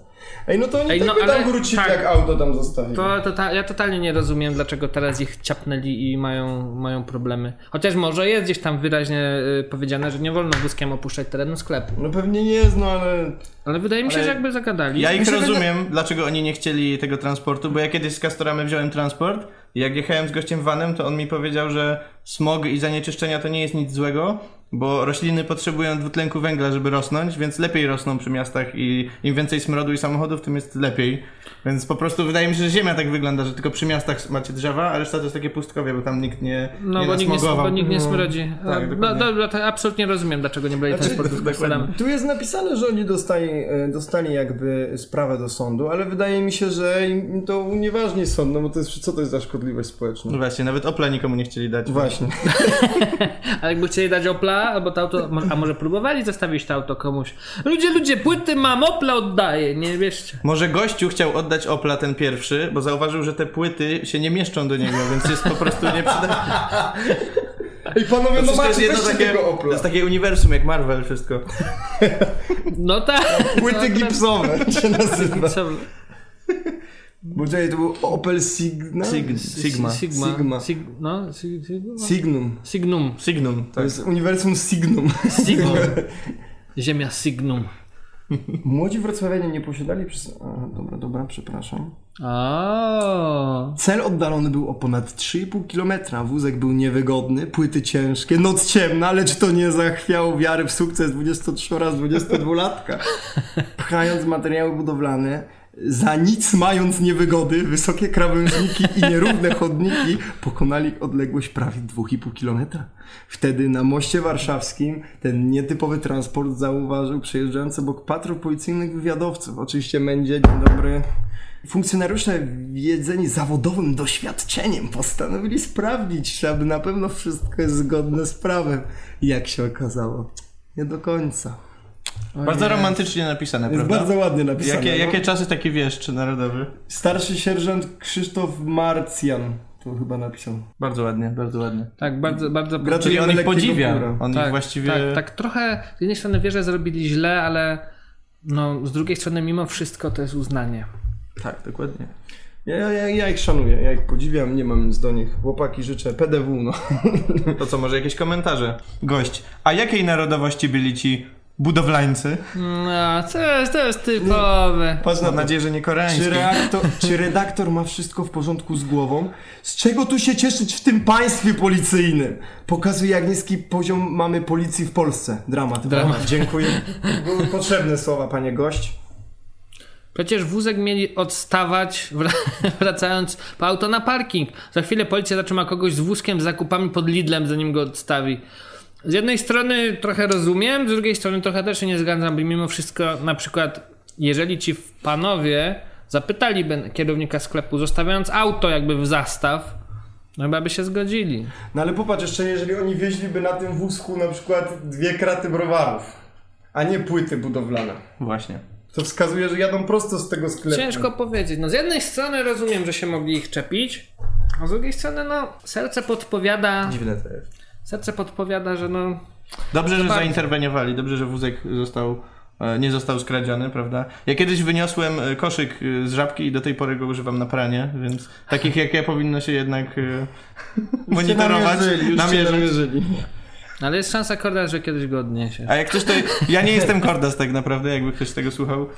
Speaker 2: Ej, no to oni
Speaker 3: Ej,
Speaker 2: tak
Speaker 3: no
Speaker 2: by
Speaker 3: ale-
Speaker 2: tam wrócili,
Speaker 3: tak.
Speaker 2: jak auto tam zostawili.
Speaker 3: To, to ta, ja totalnie nie rozumiem, dlaczego teraz ich ciapnęli i mają, mają problemy. Chociaż może jest gdzieś tam wyraźnie y, powiedziane, że nie wolno wózkiem opuszczać terenu sklepu.
Speaker 2: No pewnie nie jest, no ale
Speaker 3: Ale wydaje mi się, że jakby zagadali.
Speaker 4: Ja ich
Speaker 2: się
Speaker 4: rozumiem, dlaczego oni nie chcieli tego transportu, bo ja kiedyś z Castoramy wziąłem transport i jak jechałem z gościem vanem, to on mi powiedział, że smog i zanieczyszczenia to nie jest nic złego, bo rośliny potrzebują dwutlenku węgla, żeby rosnąć, więc lepiej rosną przy miastach i im więcej smrodu i samochodów, tym jest lepiej. Więc po prostu wydaje mi się, że ziemia tak wygląda, że tylko przy miastach macie drzewa, a reszta to jest takie pustkowie, bo tam nikt nie
Speaker 3: No
Speaker 4: nie
Speaker 3: bo nikt nie,
Speaker 4: nasmogował.
Speaker 3: bo nikt nie smrodzi. A,
Speaker 4: tak,
Speaker 3: no
Speaker 4: dokładnie. Znaczy,
Speaker 3: dobra, to absolutnie rozumiem, dlaczego nie brali transportu z kastorami.
Speaker 2: Znaczy, Tu jest napisane, że oni dostali, e, dostali jakby sprawę do sądu, ale wydaje mi się, że im to unieważni sąd, no bo to jest, co to jest za szkodliwość społeczna?
Speaker 4: No właśnie, nawet Opla nikomu nie chcieli dać.
Speaker 2: Właśnie.
Speaker 3: Ale jakby chcieli dać Opla, albo to auto, a może próbowali zostawić to auto komuś. Ludzie, ludzie, płyty mam, Opla oddaję, nie wierzcie.
Speaker 4: Może gościu chciał oddać Opla ten pierwszy, bo zauważył, że te płyty się nie mieszczą do niego, więc jest po prostu nieprzydatny.
Speaker 2: I panowie, no
Speaker 4: Wszystko jest
Speaker 2: macie,
Speaker 4: jedno
Speaker 2: weźcie
Speaker 4: takie,
Speaker 2: tego
Speaker 4: to
Speaker 2: Opla.
Speaker 4: jest takie uniwersum jak Marvel wszystko.
Speaker 3: No tak.
Speaker 2: Płyty gipsowe się nazywa.
Speaker 3: Co-
Speaker 2: Bo czekaj, to był Opel Signa?
Speaker 4: Sig- Sigma.
Speaker 3: Sigma.
Speaker 2: Sigma.
Speaker 3: Sig, no, sig, Sigma?
Speaker 2: Signum.
Speaker 3: Signum.
Speaker 4: Signum.
Speaker 2: To
Speaker 4: Tak.
Speaker 2: jest uniwersum Signum.
Speaker 3: Signum. Ziemia Signum.
Speaker 2: Młodzi wrocławianie nie posiadali przez... A, dobra, dobra, przepraszam.
Speaker 3: O.
Speaker 2: Cel oddalony był o ponad 3,5 km. Wózek był niewygodny, płyty ciężkie, noc ciemna, lecz to nie zachwiało wiary w sukces 23 oraz 22-latka. Pchając materiały budowlane, za nic mając niewygody, wysokie krawężniki i nierówne chodniki pokonali odległość prawie 2,5 km. Wtedy na moście warszawskim ten nietypowy transport zauważył przejeżdżający obok patrol policyjnych wywiadowców. Oczywiście będzie, dzień dobry. Funkcjonariusze wiedzeni zawodowym doświadczeniem postanowili sprawdzić, czy aby na pewno wszystko jest zgodne z prawem. Jak się okazało, nie do końca.
Speaker 4: Bardzo romantycznie napisane,
Speaker 2: Jest
Speaker 4: prawda?
Speaker 2: bardzo ładnie napisane.
Speaker 4: Jakie,
Speaker 2: no.
Speaker 4: jakie czasy taki wiesz, czy narodowy?
Speaker 2: Starszy sierżant Krzysztof Marcjan tu chyba napisał.
Speaker 4: Bardzo ładnie, bardzo ładnie.
Speaker 3: Tak, bardzo, bardzo.
Speaker 4: Czyli on ich
Speaker 2: lekkiego
Speaker 4: podziwia.
Speaker 2: pióra.
Speaker 4: On
Speaker 3: tak,
Speaker 4: ich właściwie...
Speaker 3: tak, tak, trochę z jednej strony wie, że zrobili źle, ale no, z drugiej strony mimo wszystko to jest uznanie.
Speaker 4: tak, dokładnie.
Speaker 2: Ja, ja, ja, ja ich szanuję, ja ich podziwiam, nie mam nic do nich. Chłopaki życzę PDW, no.
Speaker 4: To co, może jakieś komentarze? Gość, a jakiej narodowości byli ci budowlańcy.
Speaker 3: No, to jest, to jest typowe.
Speaker 4: Patrz, mam nadzieję, że nie koreański.
Speaker 2: Czy, reaktor, czy redaktor ma wszystko w porządku z głową? Z czego tu się cieszyć w tym państwie policyjnym? Pokazuje, jak niski poziom mamy policji w Polsce. Dramat.
Speaker 3: Dramat.
Speaker 2: Dziękuję. Były potrzebne słowa, panie gość.
Speaker 3: Przecież wózek mieli odstawać, wra- wracając po auto na parking. Za chwilę policja zatrzyma kogoś z wózkiem z zakupami pod Lidlem, zanim go odstawi. Z jednej strony trochę rozumiem, z drugiej strony trochę też się nie zgadzam, bo mimo wszystko na przykład, jeżeli ci panowie zapytaliby kierownika sklepu, zostawiając auto jakby w zastaw, no chyba by się zgodzili.
Speaker 2: No ale popatrz, jeszcze jeżeli oni wieźliby na tym wózku na przykład dwie kraty browarów, a nie płyty budowlane.
Speaker 4: Właśnie.
Speaker 2: To wskazuje, że jadą prosto z tego sklepu.
Speaker 3: Ciężko powiedzieć. No z jednej strony rozumiem, że się mogli ich czepić, a z drugiej strony no serce podpowiada,
Speaker 5: Dziwne to jest.
Speaker 3: serce podpowiada, że no
Speaker 4: Dobrze, że
Speaker 3: bardzo.
Speaker 4: zainterweniowali, dobrze, że wózek został, e, nie został skradziony, prawda? Ja kiedyś wyniosłem e, koszyk e, z żabki i do tej pory go używam na pranie, więc takich jak ja powinno się jednak e, monitorować, namierzyć.
Speaker 3: ale jest szansa korda, że kiedyś go odniesiesz.
Speaker 4: A jak ktoś to... Ja nie jestem Kordas tak naprawdę, jakby ktoś tego słuchał.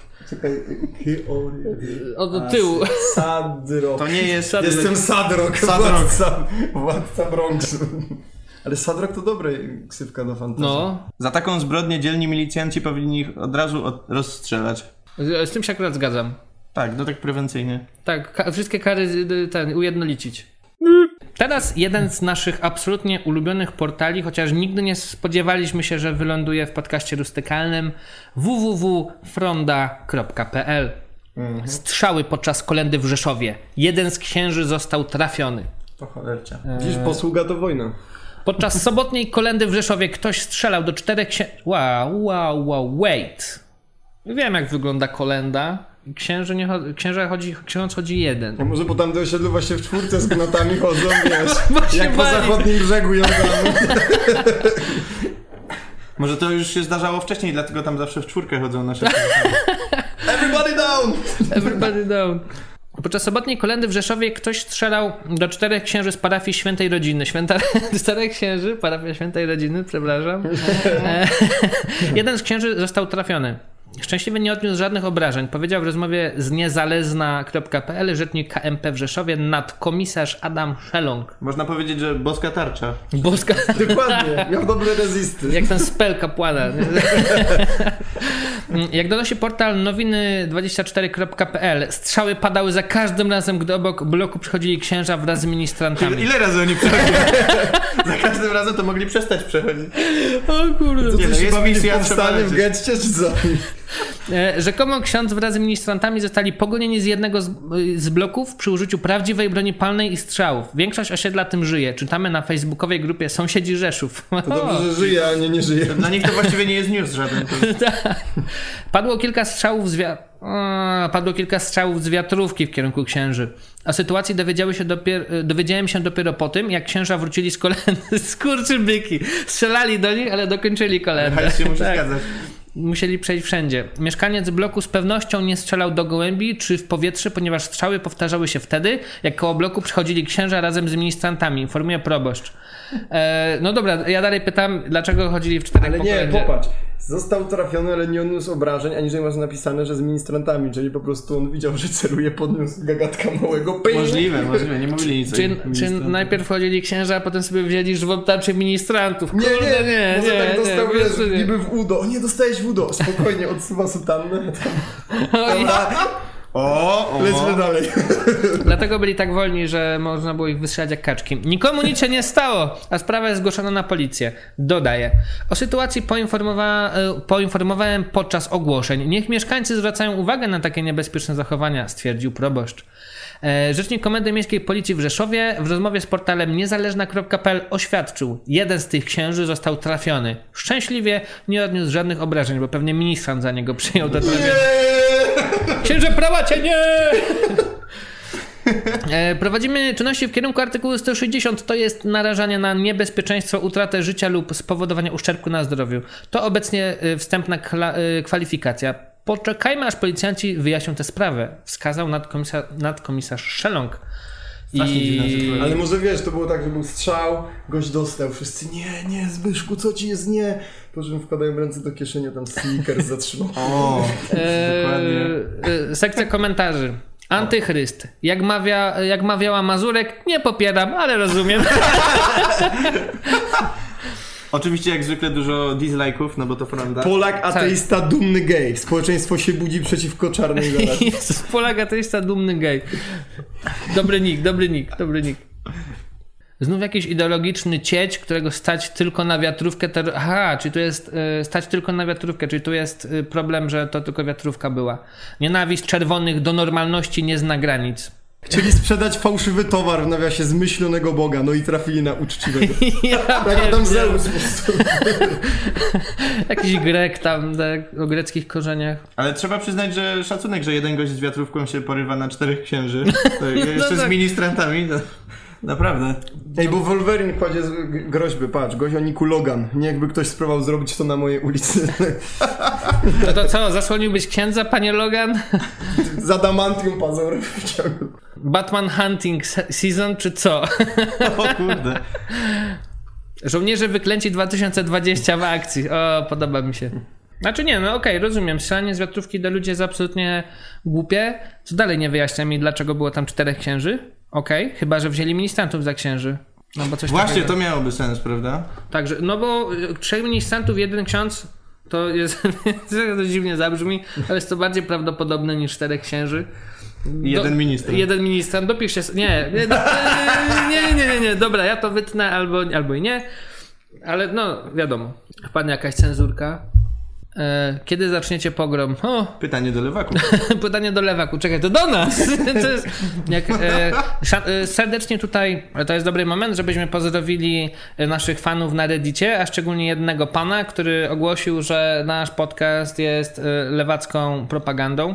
Speaker 3: Od tyłu.
Speaker 2: Sadrok.
Speaker 4: To nie jest...
Speaker 2: Jestem Sadrok.
Speaker 4: Sadrok.
Speaker 2: Władca, władca Bronxu. Ale Sadrok to dobry ksywka do fantazji.
Speaker 3: No.
Speaker 4: Za taką zbrodnię dzielni milicjanci powinni ich od razu od... rozstrzelać.
Speaker 3: Z, z tym się akurat zgadzam.
Speaker 4: Tak, no tak prewencyjnie.
Speaker 3: Tak, ka- wszystkie kary y, ten, ujednolicić. Teraz jeden z naszych absolutnie ulubionych portali, chociaż nigdy nie spodziewaliśmy się, że wyląduje w podcaście rustykalnym www.fronda.pl Strzały podczas kolendy w Rzeszowie. Jeden z księży został trafiony.
Speaker 4: To cholercia.
Speaker 3: E.
Speaker 2: Widzisz, posługa to wojna.
Speaker 3: Podczas sobotniej kolendy w Rzeszowie ktoś strzelał do czterech księży. Wow, wow, wow, wait. Wiem, jak wygląda kolenda. Księży nie chodzi, księża chodzi, ksiądz chodzi jeden.
Speaker 2: A może po tamtym osiedlu właśnie w czwórce z gnotami chodzą, wiesz,
Speaker 3: Właśnie
Speaker 2: jak po
Speaker 3: bali.
Speaker 2: zachodnim brzegu Jordanu.
Speaker 4: Może to już się zdarzało wcześniej, dlatego tam zawsze w czwórkę chodzą nasze...
Speaker 2: Everybody down!
Speaker 3: Everybody down. Podczas sobotniej kolendy w Rzeszowie ktoś strzelał do czterech księży z parafii Świętej Rodziny. Święta... Czterech księży, parafia Świętej Rodziny, przepraszam. E, Jeden z księży został trafiony. Szczęśliwie nie odniósł żadnych obrażeń. Powiedział w rozmowie z niezależna.pl rzecznik KMP w Rzeszowie nadkomisarz Adam Szelong.
Speaker 4: Można powiedzieć, że boska tarcza.
Speaker 3: Boska...
Speaker 2: Dokładnie, miał dobre rezisty.
Speaker 3: Jak ten spell kapłana. Jak donosi portal nowiny24.pl, strzały padały za każdym razem, gdy obok bloku przychodzili księża wraz z
Speaker 4: Ile,
Speaker 3: ministrantami.
Speaker 4: ile razy oni przechodzili? Za każdym razem to mogli przestać przechodzić.
Speaker 3: O kurde.
Speaker 4: Nie,
Speaker 2: To
Speaker 4: no,
Speaker 2: się
Speaker 4: jest
Speaker 2: bawili
Speaker 4: misja,
Speaker 2: powstanie w
Speaker 4: trzeba
Speaker 2: getcie, czy co?
Speaker 3: E, Rzekomo ksiądz wraz z ministrantami zostali pogonieni z jednego z, e, z bloków przy użyciu prawdziwej broni palnej i strzałów. Większość osiedla tym żyje. Czytamy na facebookowej grupie Sąsiedzi Rzeszów.
Speaker 2: To dobrze, że żyje, a nie nie żyje.
Speaker 4: Dla No, nich to właściwie nie jest news żaden. To jest
Speaker 3: Tak. Padło kilka strzałów z wiatrówki. Padło kilka strzałów z wiatrówki w kierunku księży. O sytuacji dowiedziały się dopiero, dowiedziałem się dopiero po tym, jak księża wrócili z kolendy. Skurczy byki. Strzelali do nich, ale dokończyli kolendę.
Speaker 4: hajs się musi zgadzać.
Speaker 3: Musieli przejść wszędzie. Mieszkaniec bloku z pewnością nie strzelał do gołębi czy w powietrze, ponieważ strzały powtarzały się wtedy, jak koło bloku przychodzili księża razem z ministrantami, informuje proboszcz. E, no dobra, ja dalej pytam, dlaczego chodzili w czterech
Speaker 2: Ale
Speaker 3: Tak po
Speaker 2: nie,
Speaker 3: kolendzie?
Speaker 2: popatrz. Został trafiony, ale nie odniósł obrażeń, aniżeli masz napisane, że z ministrantami, czyli po prostu on widział, że celuje, podniósł gagatka małego pyń.
Speaker 4: Możliwe, możliwe, nie mówili nic. o
Speaker 3: Czy,
Speaker 4: im-
Speaker 3: czy
Speaker 4: ministrantach.
Speaker 3: najpierw chodzili księża, a potem sobie wzięli żywoptaczy ministrantów?
Speaker 2: Nie,
Speaker 3: Kurde,
Speaker 2: nie,
Speaker 3: nie,
Speaker 2: Może
Speaker 3: nie,
Speaker 2: tak dostał,
Speaker 3: po
Speaker 2: wiesz,
Speaker 3: prostu nie.
Speaker 2: niby w udo. O nie, dostałeś w udo. Spokojnie, odsuwa sutannę.
Speaker 3: O, i-
Speaker 4: O, o,
Speaker 3: No.
Speaker 2: Lecimy dalej.
Speaker 3: Dlatego byli tak wolni, że można było ich wystrzelać jak kaczki. Nikomu nic się nie stało, a sprawa jest zgłoszona na policję. Dodaję. O sytuacji poinformowa e, poinformowałem podczas ogłoszeń. Niech mieszkańcy zwracają uwagę na takie niebezpieczne zachowania, stwierdził proboszcz. E, Rzecznik Komendy Miejskiej Policji w Rzeszowie w rozmowie z portalem niezależna.pl oświadczył, jeden z tych księży został trafiony. Szczęśliwie nie odniósł żadnych obrażeń, bo pewnie ministrant za niego przyjął do trafienia. Księże prawa cię nie! E, Prowadzimy czynności w kierunku artykułu 160, to jest narażanie na niebezpieczeństwo, utratę życia lub spowodowanie uszczerbku na zdrowiu. To obecnie e, wstępna kla- e, kwalifikacja. Poczekajmy, aż policjanci wyjaśnią tę sprawę, wskazał nadkomisarz, nadkomisarz Szelong. Strasznie dziwna rzecz. I...
Speaker 2: Ale może wiesz, to było tak, że był strzał, gość dostał, wszyscy nie, nie, Zbyszku, co ci jest, nie. Po czym wkładają ręce do kieszeni, a tam sneakers zatrzymał.
Speaker 4: O,
Speaker 3: Eee, e, sekcja komentarzy. Antychryst. Jak, mawia, jak mawiała Mazurek, nie popieram, ale rozumiem.
Speaker 4: oczywiście jak zwykle dużo dislike'ów, no bo to prawda.
Speaker 2: Polak Tak ateista,
Speaker 3: Tak.
Speaker 2: dumny gej. Społeczeństwo się budzi przeciwko czarnej zarazie.
Speaker 3: Jezus, Polak ateista, dumny gej. Dobry nick, dobry nick, dobry nick. Znów jakiś ideologiczny cieć, którego stać tylko na wiatrówkę. Ter... Aha, czyli tu jest y, stać tylko na wiatrówkę, czyli tu jest y, problem, że to tylko wiatrówka była. Nienawiść czerwonych do normalności nie zna granic.
Speaker 2: Chcieli sprzedać fałszywy towar w nawiasie zmyślonego Boga, no i trafili na uczciwego.
Speaker 3: Ja
Speaker 2: Tak, tam
Speaker 3: pierdzielę.
Speaker 2: Zeus po prostu.
Speaker 3: Jakiś Grek tam, tak, o greckich korzeniach.
Speaker 4: Ale trzeba przyznać, że szacunek, że jeden gość z wiatrówką się porywa na czterech księży. To jeszcze
Speaker 3: tak.
Speaker 4: z ministrantami. To... Naprawdę.
Speaker 2: Ej, bo Wolverine kładzie z- groźby, patrz, gość o Niku Logan. Nie jakby ktoś spróbował zrobić to na mojej ulicy.
Speaker 3: No to co, zasłoniłbyś księdza, panie Logan?
Speaker 2: Z adamantium pazurem wciągnął.
Speaker 3: Batman Hunting se- Season, czy co?
Speaker 4: O kurde.
Speaker 3: Żołnierze Wyklęci 2020 w akcji. O, podoba mi się. Znaczy nie, no okej, rozumiem. Strzelanie z wiatrówki do ludzi jest absolutnie głupie. Co dalej nie wyjaśnia mi, dlaczego było tam czterech księży? Okej, chyba, że wzięli ministrantów za księży. No bo coś
Speaker 4: Właśnie,
Speaker 3: takiego.
Speaker 4: to miałoby sens, prawda?
Speaker 3: Także, no bo y, trzech ministrantów, jeden ksiądz, to jest, to dziwnie zabrzmi, ale jest to bardziej prawdopodobne niż czterech księży. Do-
Speaker 4: jeden ministrant.
Speaker 3: Jeden ministrant, dopisz się, s- nie, nie, do, nie, nie, nie, nie, nie, dobra, ja to wytnę albo, albo i nie, ale no, wiadomo, wpadnie jakaś cenzurka. E, Kiedy zaczniecie pogrom? O,
Speaker 4: Pytanie do lewaku.
Speaker 3: Pytanie do lewaku, czekaj, to do nas! To jest, jak, e, sza- e, serdecznie tutaj, to jest dobry moment, żebyśmy pozdrowili e, naszych fanów na Reddicie, a szczególnie jednego pana, który ogłosił, że nasz podcast jest e, lewacką propagandą.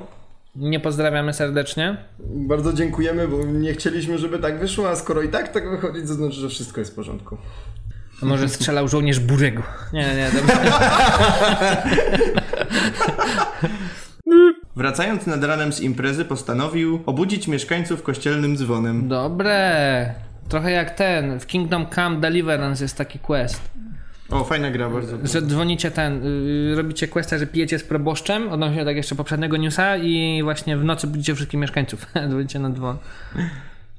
Speaker 3: Nie pozdrawiamy serdecznie.
Speaker 2: Bardzo dziękujemy, bo nie chcieliśmy, żeby tak wyszło, a skoro i tak tak wychodzi, to znaczy, że wszystko jest w porządku.
Speaker 3: A Może strzelał żołnierz Burego. Mhm. Nie, nie, dobrze.
Speaker 4: Wracając nad ranem z imprezy, postanowił obudzić mieszkańców kościelnym dzwonem.
Speaker 3: Dobre. Trochę jak ten, w Kingdom Come Deliverance jest taki quest.
Speaker 4: O, fajna gra bardzo.
Speaker 3: Że dzwonicie ten, yy, robicie questa, że pijecie z proboszczem, odnośnie tak jeszcze poprzedniego newsa i właśnie w nocy budzicie wszystkich mieszkańców. dzwonicie na dzwon.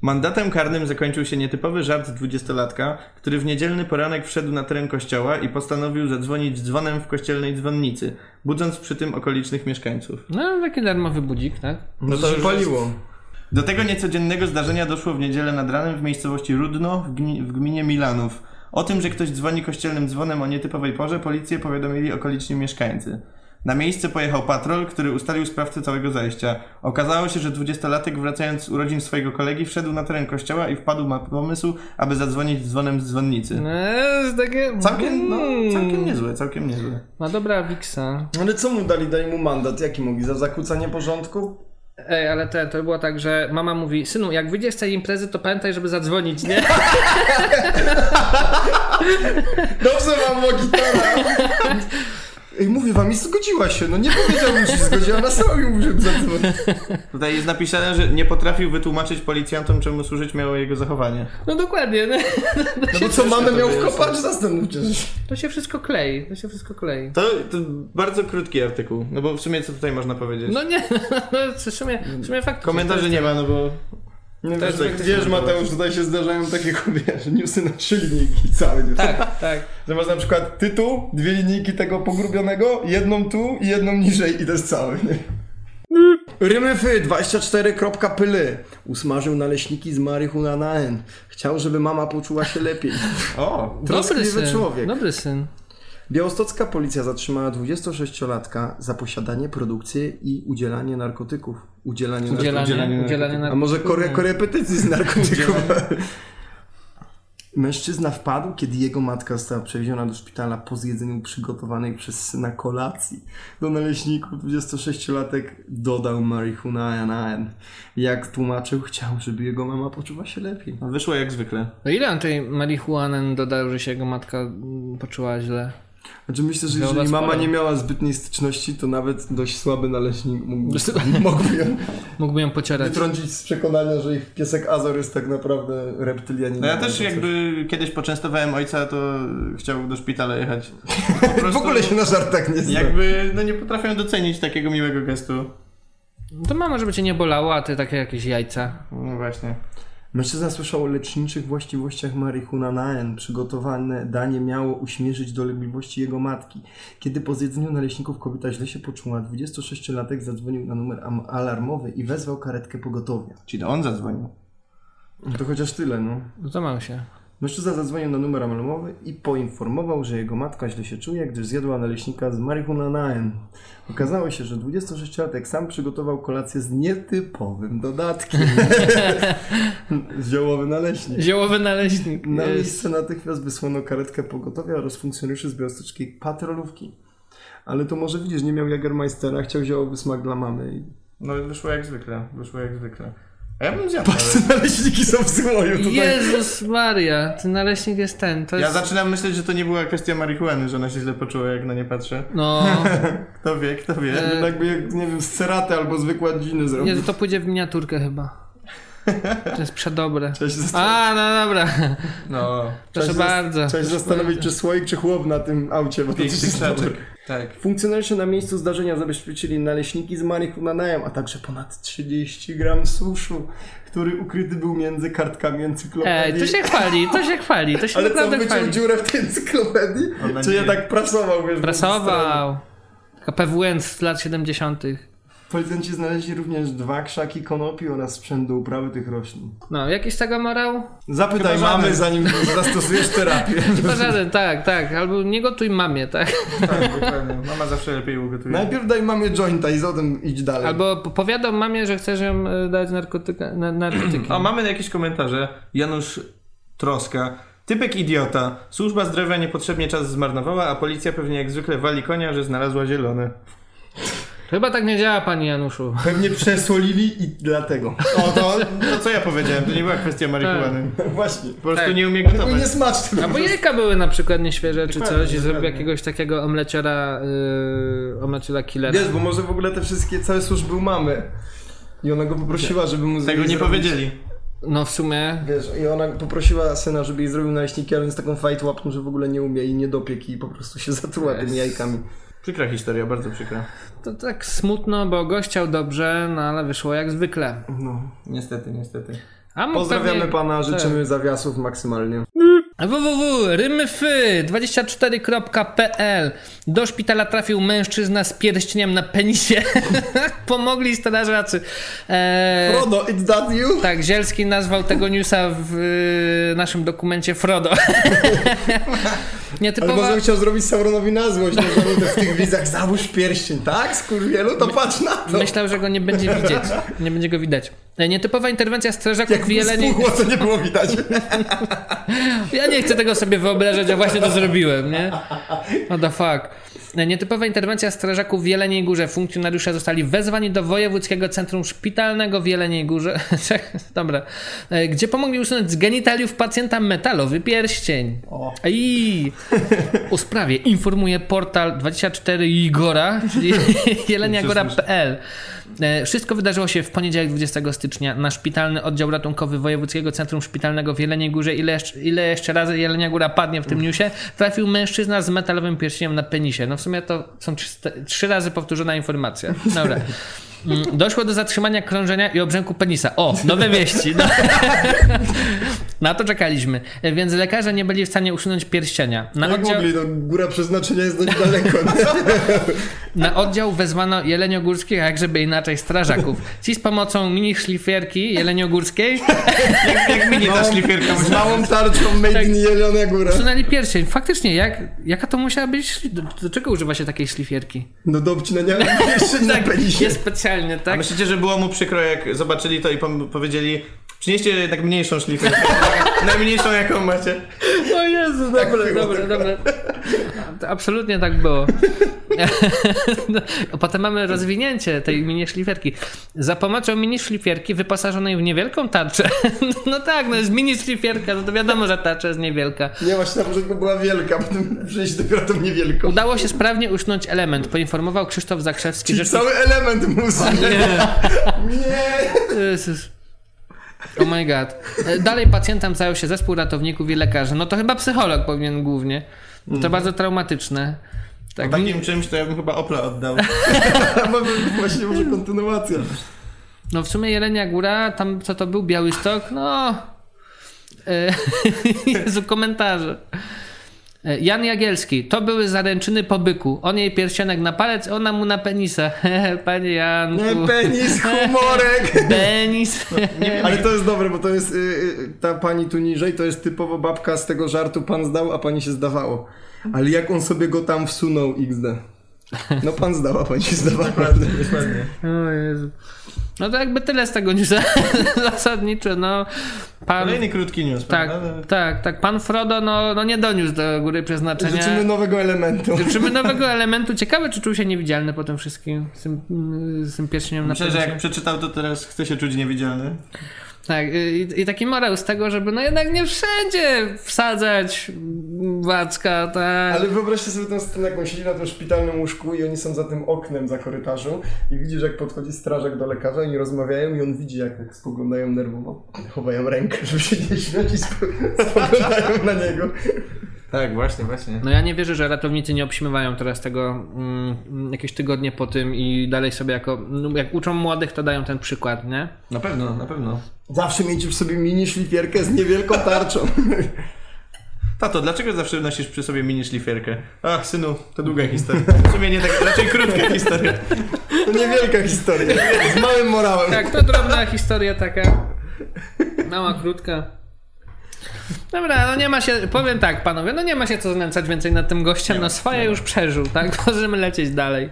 Speaker 4: Mandatem karnym zakończył się nietypowy żart dwudziestolatka, który w niedzielny poranek wszedł na teren kościoła i postanowił zadzwonić dzwonem w kościelnej dzwonnicy, budząc przy tym okolicznych mieszkańców.
Speaker 3: No, taki darmowy budzik, tak?
Speaker 2: No to już paliło.
Speaker 4: Do tego niecodziennego zdarzenia doszło w niedzielę nad ranem w miejscowości Rudno w, gmi- w gminie Milanów. O tym, że ktoś dzwoni kościelnym dzwonem o nietypowej porze, policję powiadomili okoliczni mieszkańcy. Na miejsce pojechał patrol, który ustalił sprawcę całego zajścia. Okazało się, że dwudziestolatek wracając z urodzin swojego kolegi wszedł na teren kościoła i wpadł na pomysł, aby zadzwonić dzwonem z dzwonnicy.
Speaker 3: No, jest takie...
Speaker 4: Całkiem, no, całkiem
Speaker 3: Mm.
Speaker 4: niezłe, całkiem niezłe.
Speaker 3: Ma dobra wiksa.
Speaker 2: No Ale co mu dali? Dali mu mandat. Jaki mogli? Za zakłócenie porządku?
Speaker 3: Ej, ale te, to było tak, że mama mówi, synu, jak wyjdziesz z tej imprezy, to pamiętaj, żeby zadzwonić, nie?
Speaker 2: Dobrze mam gitarę. Ej, mówię wam, i zgodziła się. No nie powiedziałbym, że No się zgodziła, na zrobił, żeby zadzwonić.
Speaker 4: Tutaj jest napisane, że nie potrafił wytłumaczyć policjantom, czemu służyć miało jego zachowanie.
Speaker 3: No dokładnie, no.
Speaker 2: No bo co, mamy
Speaker 4: to
Speaker 2: miał w
Speaker 4: jest.
Speaker 2: kopacz? Zastanówcie się.
Speaker 3: To się wszystko klei, to się wszystko klei.
Speaker 4: To, to bardzo krótki artykuł, no bo w sumie co tutaj można powiedzieć?
Speaker 3: No nie, no w sumie, w sumie faktycznie.
Speaker 4: Komentarzy nie ma, no bo...
Speaker 2: Nie
Speaker 4: Też
Speaker 2: wiesz,
Speaker 4: tak
Speaker 2: wiesz
Speaker 4: się
Speaker 2: Mateusz,
Speaker 4: zgadza.
Speaker 2: tutaj się zdarzają takie, wiesz, newsy na trzy linijki cały. News.
Speaker 3: Tak, tak.
Speaker 2: Że masz na przykład tytuł, dwie linijki tego pogrubionego, jedną tu i jedną niżej i to jest cały. Rymyfy 24.pyly Usmażył naleśniki z marihuana na N. Chciał, żeby mama poczuła się lepiej.
Speaker 4: O!
Speaker 3: Dobry
Speaker 2: Troskliwy
Speaker 3: syn,
Speaker 2: człowiek.
Speaker 3: dobry syn.
Speaker 2: Białostocka policja zatrzymała 26-latka za posiadanie, produkcję i udzielanie narkotyków. Udzielanie, narkotyków.
Speaker 3: Udzielanie, udzielanie,
Speaker 4: udzielanie
Speaker 2: A może kore, korepetycji z narkotyków? Mężczyzna wpadł, kiedy jego matka została przewieziona do szpitala po zjedzeniu przygotowanej przez syna kolacji. Do naleśników 26-latek dodał marihuana. Jak tłumaczył, chciał, żeby jego mama poczuła się lepiej.
Speaker 4: Wyszło jak zwykle.
Speaker 3: No ile on tej marihuany dodał, że się jego matka mm, poczuła źle?
Speaker 2: Znaczy myślę, że
Speaker 3: Miała
Speaker 2: jeżeli mama
Speaker 3: sporo.
Speaker 2: nie miała zbytniej styczności, to nawet dość słaby naleśnik mógł, mógłby ją
Speaker 3: Mógłby ją pocierać.
Speaker 2: wytrącić z przekonania, że ich piesek Azor jest tak naprawdę reptylianinem.
Speaker 4: No ja też jakby kiedyś poczęstowałem ojca, to chciał do szpitala jechać. Po
Speaker 2: W
Speaker 4: prostu
Speaker 2: ogóle się na żartach nie znam.
Speaker 4: Jakby, no nie potrafię docenić takiego miłego gestu.
Speaker 3: To mama, żeby cię nie bolało, a ty takie jakieś jajca.
Speaker 4: No właśnie.
Speaker 2: Mężczyzna słyszał o leczniczych właściwościach marihuananaen. Przygotowane danie miało uśmierzyć dolegliwości jego matki. Kiedy po zjedzeniu naleśników kobieta źle się poczuła, 26-latek zadzwonił na numer am- alarmowy i wezwał karetkę pogotowia.
Speaker 4: Czyli on zadzwonił.
Speaker 2: To chociaż tyle, no.
Speaker 3: Złamał się.
Speaker 2: Mężczyzna zadzwonił na numer alarmowy i poinformował, że jego matka źle się czuje, gdyż zjadła naleśnika z marihuananaen. Okazało się, że 26-latek sam przygotował kolację z nietypowym dodatkiem. Ziołowy naleśnik.
Speaker 3: Ziołowy naleśnik. E,
Speaker 2: Na
Speaker 3: Jest.
Speaker 2: miejsce natychmiast wysłano karetkę pogotowia oraz funkcjonariuszy z białostockiej patrolówki. Ale to może widzisz, nie miał Jagermeistera, chciał ziołowy smak dla mamy. i-
Speaker 4: No wyszło jak zwykle, wyszło jak zwykle. A ja bym zjadł.
Speaker 2: Patrz, naleśniki są w złoju tutaj.
Speaker 3: Jezus Maria, ten naleśnik jest ten. To
Speaker 4: Ja
Speaker 3: jest...
Speaker 4: zaczynam myśleć, że to nie była kwestia marihuany, że ona się źle poczuła, jak na nie patrzę.
Speaker 3: No,
Speaker 4: Kto wie, kto wie.
Speaker 3: E,
Speaker 2: Jakby, jak, nie wiem, z ceraty albo zwykła dziny zrobił.
Speaker 3: Jezu, to pójdzie w miniaturkę chyba. To jest przedobre.
Speaker 2: Trzeba się zastan-
Speaker 3: A, no dobra.
Speaker 4: No,
Speaker 3: Proszę
Speaker 2: zas-
Speaker 3: bardzo.
Speaker 2: Trzeba się zastanowić, czy słoik, czy chłop na tym aucie, bo to
Speaker 4: piękny
Speaker 2: też jest dobre.
Speaker 4: krzaczek. Tak.
Speaker 2: Funkcjonariusze na miejscu zdarzenia zabezpieczyli naleśniki z marihuanaem, a także ponad 30 gram suszu, który ukryty był między kartkami encyklopedii.
Speaker 3: Ej, to się chwali, to się chwali, to się
Speaker 2: Ale co,
Speaker 3: naprawdę
Speaker 2: wyciął
Speaker 3: chwali.
Speaker 2: dziurę w tej encyklopedii?
Speaker 4: Ona
Speaker 2: Czy
Speaker 4: nie-
Speaker 2: ja tak prasował, wiesz? bo-
Speaker 3: Prasował. Taka PWN z lat 70.
Speaker 2: Policjanci znaleźli również dwa krzaki konopi oraz sprzęt do uprawy tych roślin.
Speaker 3: No, jakiś tego morał?
Speaker 2: Zapytaj
Speaker 4: Chyba żaden.
Speaker 2: mamy, zanim zastosujesz terapię.
Speaker 3: Chyba żaden, tak, tak. Albo nie gotuj mamie, tak.
Speaker 4: Tak, dokładnie. Mama zawsze lepiej ugotuje.
Speaker 2: Najpierw daj mamie jointa i zatem idź dalej.
Speaker 3: Albo po- powiadom mamie, że chcesz ją y, dać narkotyka, na, narkotyki.
Speaker 4: A mamy jakieś komentarze. Janusz Troska. Typek idiota. Służba zdrowia niepotrzebnie czas zmarnowała, a policja pewnie jak zwykle wali konia, że znalazła zielony.
Speaker 3: Chyba tak nie działa, pani Januszu.
Speaker 2: Pewnie przesolili i dlatego.
Speaker 4: O, to, to co ja powiedziałem, to nie była kwestia marihuany.
Speaker 2: Właśnie.
Speaker 4: Po prostu
Speaker 3: Tak.
Speaker 4: nie umie
Speaker 2: Był
Speaker 4: gotować.
Speaker 2: niesmaczny.
Speaker 4: no,
Speaker 3: Albo jajka były na przykład nieświeże czy
Speaker 4: Dokładnie,
Speaker 3: coś i zrobił
Speaker 4: dokładnie.
Speaker 3: jakiegoś takiego omleciora, yy, omleciora killera.
Speaker 2: Wiesz, bo może w ogóle te wszystkie, całe służby u mamy. I ona go poprosiła, żeby mu
Speaker 4: Tego nie
Speaker 2: zrobić-
Speaker 4: powiedzieli.
Speaker 3: No w sumie,
Speaker 2: Wiesz, i ona poprosiła syna, żeby jej zrobił naleśniki, ale on jest taką fight łapną, że w ogóle nie umie i nie dopiekł i po prostu się zatruła tymi jajkami.
Speaker 4: Przykra historia, bardzo przykra.
Speaker 3: to tak smutno, bo gościał dobrze, no ale wyszło jak zwykle.
Speaker 2: No.
Speaker 4: Niestety, niestety.
Speaker 3: A
Speaker 4: No,
Speaker 3: mógł
Speaker 2: Pozdrawiamy
Speaker 3: pewnie- Tak.
Speaker 2: pana,
Speaker 4: tak.
Speaker 2: życzymy zawiasów maksymalnie.
Speaker 3: www.rymyfy24.pl Do szpitala trafił mężczyzna z pierścieniem na penisie. Pomogli strażacy. Eee,
Speaker 2: Rodo, No, it's that you?
Speaker 3: tak, Zielski nazwał tego newsa w y, naszym dokumencie Frodo.
Speaker 2: Ale
Speaker 3: Nietypowa...
Speaker 2: może on chciał zrobić Sauronowi na złość, nie? Że w tych widzach załóż pierścień, tak? Skurwielu, to patrz na to!
Speaker 3: Myślał, że go nie będzie widzieć. Nie będzie go widać. E, Nietypowa interwencja strażaków
Speaker 2: Jak
Speaker 3: w Jeleniej...
Speaker 2: spuchło, to nie było widać.
Speaker 3: Ja nie chcę tego sobie wyobrażać, a właśnie to zrobiłem, nie? What the fuck. E, Nietypowa interwencja strażaków w Jeleniej Górze. Funkcjonariusze zostali wezwani do Wojewódzkiego Centrum Szpitalnego w Jeleniej Górze. Czekaj, Dobra. E, Gdzie pomogli usunąć z genitaliów pacjenta metalowy pierścień. I o sprawie informuje portal 24 Igora, czyli jeleniagora.pl. E, Wszystko wydarzyło się w poniedziałek 20 stycznia na szpitalny oddział ratunkowy Wojewódzkiego Centrum Szpitalnego w Jeleniej Górze. Ile, jeszcze- ile jeszcze razy Jelenia Góra padnie w tym newsie? Trafił mężczyzna z metalowym pierścieniem na penisie. No w sumie to są trzyste- trzy razy powtórzona informacja. Dobra. Mm, Doszło do zatrzymania krążenia i obrzęku penisa. O, nowe wieści. No. Na to czekaliśmy. E, Więc lekarze nie byli w stanie usunąć pierścienia. Na
Speaker 2: Jak mogli, no góra przeznaczenia jest dość daleko. nie?
Speaker 3: Na oddział wezwano jeleniogórskich, a jak żeby inaczej strażaków. Ci z pomocą mini szlifierki jeleniogórskiej
Speaker 4: Jak mi nie ta szlifierka
Speaker 2: Z
Speaker 4: musiała...
Speaker 2: małą tarczą made in Jelenia Góra.
Speaker 3: przesunęli pierścień. Faktycznie, jak, jaka to musiała być szli- do, do czego używa się takiej szlifierki?
Speaker 2: No do obcinania pierścień na penisie.
Speaker 3: Tak. jest specjalnie,
Speaker 4: A
Speaker 3: tak?
Speaker 4: myślicie, że było mu przykro, jak zobaczyli to i pom- powiedzieli przynieście jednak mniejszą szlifierkę, najmniejszą jaką macie.
Speaker 3: O Jezu, dobre, dobre, dobre. To Absolutnie tak było. Potem mamy rozwinięcie tej mini szlifierki. Za pomocą mini szlifierki wyposażonej w niewielką tarczę. No tak, no jest mini szlifierka, no to wiadomo, że tarcza jest niewielka.
Speaker 2: Nie, właśnie na początku była wielka, potem przejść dopiero tą niewielką.
Speaker 3: Udało się sprawnie usunąć element, poinformował Krzysztof Zakrzewski.
Speaker 2: I
Speaker 3: rzecznik-
Speaker 2: cały element musi.
Speaker 3: Jezus. Oh my god. E, Dalej pacjentom zajął się zespół ratowników i lekarzy. No to chyba psycholog powinien głównie. To bardzo traumatyczne. Tak,
Speaker 4: Takim czymś to ja bym chyba Opla oddał.
Speaker 2: Właśnie może kontynuacja.
Speaker 3: No w sumie Jelenia Góra, tam co to był, Białystok, no... E, Jezu, komentarze. E, Jan Jagielski, to były zaręczyny po byku. On jej pierścionek na palec, ona mu na penisa. Panie Janku.
Speaker 2: Penis, humorek.
Speaker 3: Penis.
Speaker 2: Ale to jest dobre, bo to jest y, y, ta pani tu niżej, to jest typowo babka z tego żartu pan zdał, a pani się zdawało. Ale jak on sobie go tam wsunął XD. No pan zdał, a pani się zdawała.
Speaker 4: Dokładnie.
Speaker 3: O Jezu. No to jakby tyle z tego newsa zasadniczo, no. Pan,
Speaker 4: Kolejny no, krótki news,
Speaker 3: tak,
Speaker 4: prawda?
Speaker 3: tak, tak. Pan Frodo no, no nie doniósł do góry przeznaczenia.
Speaker 2: Życzymy
Speaker 4: no-
Speaker 2: nowego elementu.
Speaker 3: Życzymy nowego elementu. Ciekawe, czy czuł się niewidzialny po tym wszystkim, z tym, mm, z tym pierścieniem na
Speaker 4: Myślę, że
Speaker 3: plecach.
Speaker 4: jak przeczytał, to teraz chce się czuć niewidzialny.
Speaker 3: Tak, i, i taki morał z tego, żeby no jednak nie wszędzie wsadzać Wacka, tak.
Speaker 2: Ale wyobraźcie sobie tę scenę, jak on siedzi na tym szpitalnym łóżku i oni są za tym oknem, za korytarzu i widzisz, jak podchodzi strażak do lekarza, oni rozmawiają i on widzi, jak tak spoglądają nerwowo, chowają rękę, żeby się nie śmiać i spo- spoglądają na niego.
Speaker 4: Tak, właśnie, właśnie.
Speaker 3: No ja nie wierzę, że ratownicy nie obśmiewają teraz tego mm, jakieś tygodnie po tym i dalej sobie jako, no, jak uczą młodych, to dają ten przykład, nie?
Speaker 4: Na pewno, na pewno.
Speaker 2: Zawsze mieć w sobie mini szlifierkę z niewielką tarczą.
Speaker 4: Tato, dlaczego zawsze nosisz przy sobie mini szlifierkę? Ach, synu, to długa historia. W sumie nie tak, raczej krótka historia.
Speaker 2: To niewielka historia. Z małym morałem.
Speaker 3: Tak, to drobna historia taka. Mała, krótka. Dobra, no nie ma się, powiem tak panowie, no nie ma się co znęcać więcej nad tym gościem, no swoje już przeżył, tak? Możemy lecieć dalej.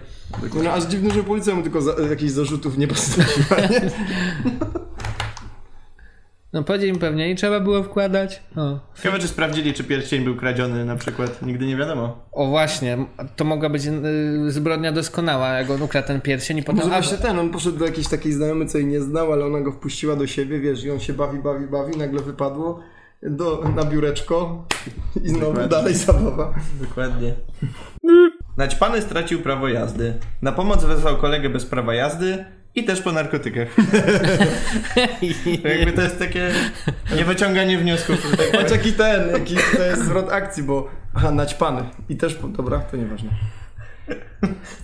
Speaker 2: No aż dziwne, że policja mu tylko za, jakichś zarzutów nie postawiła, nie?
Speaker 3: No powiedział im pewnie i trzeba było wkładać. O.
Speaker 4: Ciekawe, czy sprawdzili, czy pierścień był kradziony na przykład. Nigdy nie wiadomo.
Speaker 3: o właśnie, to mogła być y, zbrodnia doskonała, jak on ukradł ten pierścień i
Speaker 2: Może
Speaker 3: potem...
Speaker 2: właśnie ten, on poszedł do jakiejś takiej znajomej, co jej nie znał, ale ona go wpuściła do siebie, wiesz, i on się bawi, bawi, bawi, nagle wypadło do, na biureczko i znowu
Speaker 4: Dokładnie.
Speaker 2: dalej zabawa.
Speaker 4: Dokładnie. Naćpany stracił prawo jazdy. Na pomoc wezwał kolegę bez prawa jazdy i też po narkotykach. To Jakby to jest takie niewyciąganie wniosków. że tak powiem.
Speaker 2: Patrz jaki ten, jaki to jest zwrot akcji, bo aha, naćpany. I też, po- dobra, to nieważne.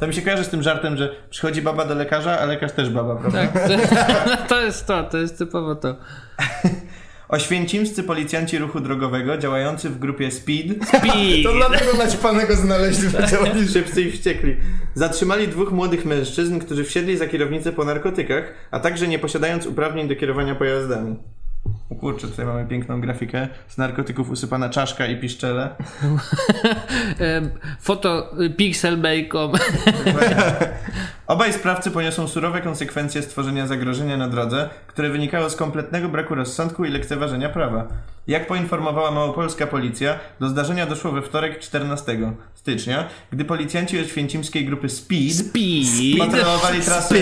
Speaker 4: To mi się kojarzy z tym żartem, że przychodzi baba do lekarza, a lekarz też baba, prawda?
Speaker 3: Tak, to, to jest to, to jest typowo to.
Speaker 4: Oświęcimscy policjanci ruchu drogowego działający w grupie SPEED
Speaker 2: To dlatego naćpanego znaleźli w
Speaker 3: No
Speaker 4: Oni szybcy i wściekli. Zatrzymali dwóch młodych mężczyzn, którzy wsiedli za kierownicę po narkotykach, a także nie posiadając uprawnień do kierowania pojazdami. O kurczę, tutaj mamy piękną grafikę. Z narkotyków usypana czaszka i piszczele.
Speaker 3: Em, Foto y, Pixel Bacon.
Speaker 4: Obaj sprawcy poniosą surowe konsekwencje stworzenia zagrożenia na drodze, które wynikało z kompletnego braku rozsądku i lekceważenia prawa. Jak poinformowała małopolska policja, do zdarzenia doszło we wtorek 14 stycznia, gdy policjanci oświęcimskiej grupy Speed Patrolowali trasę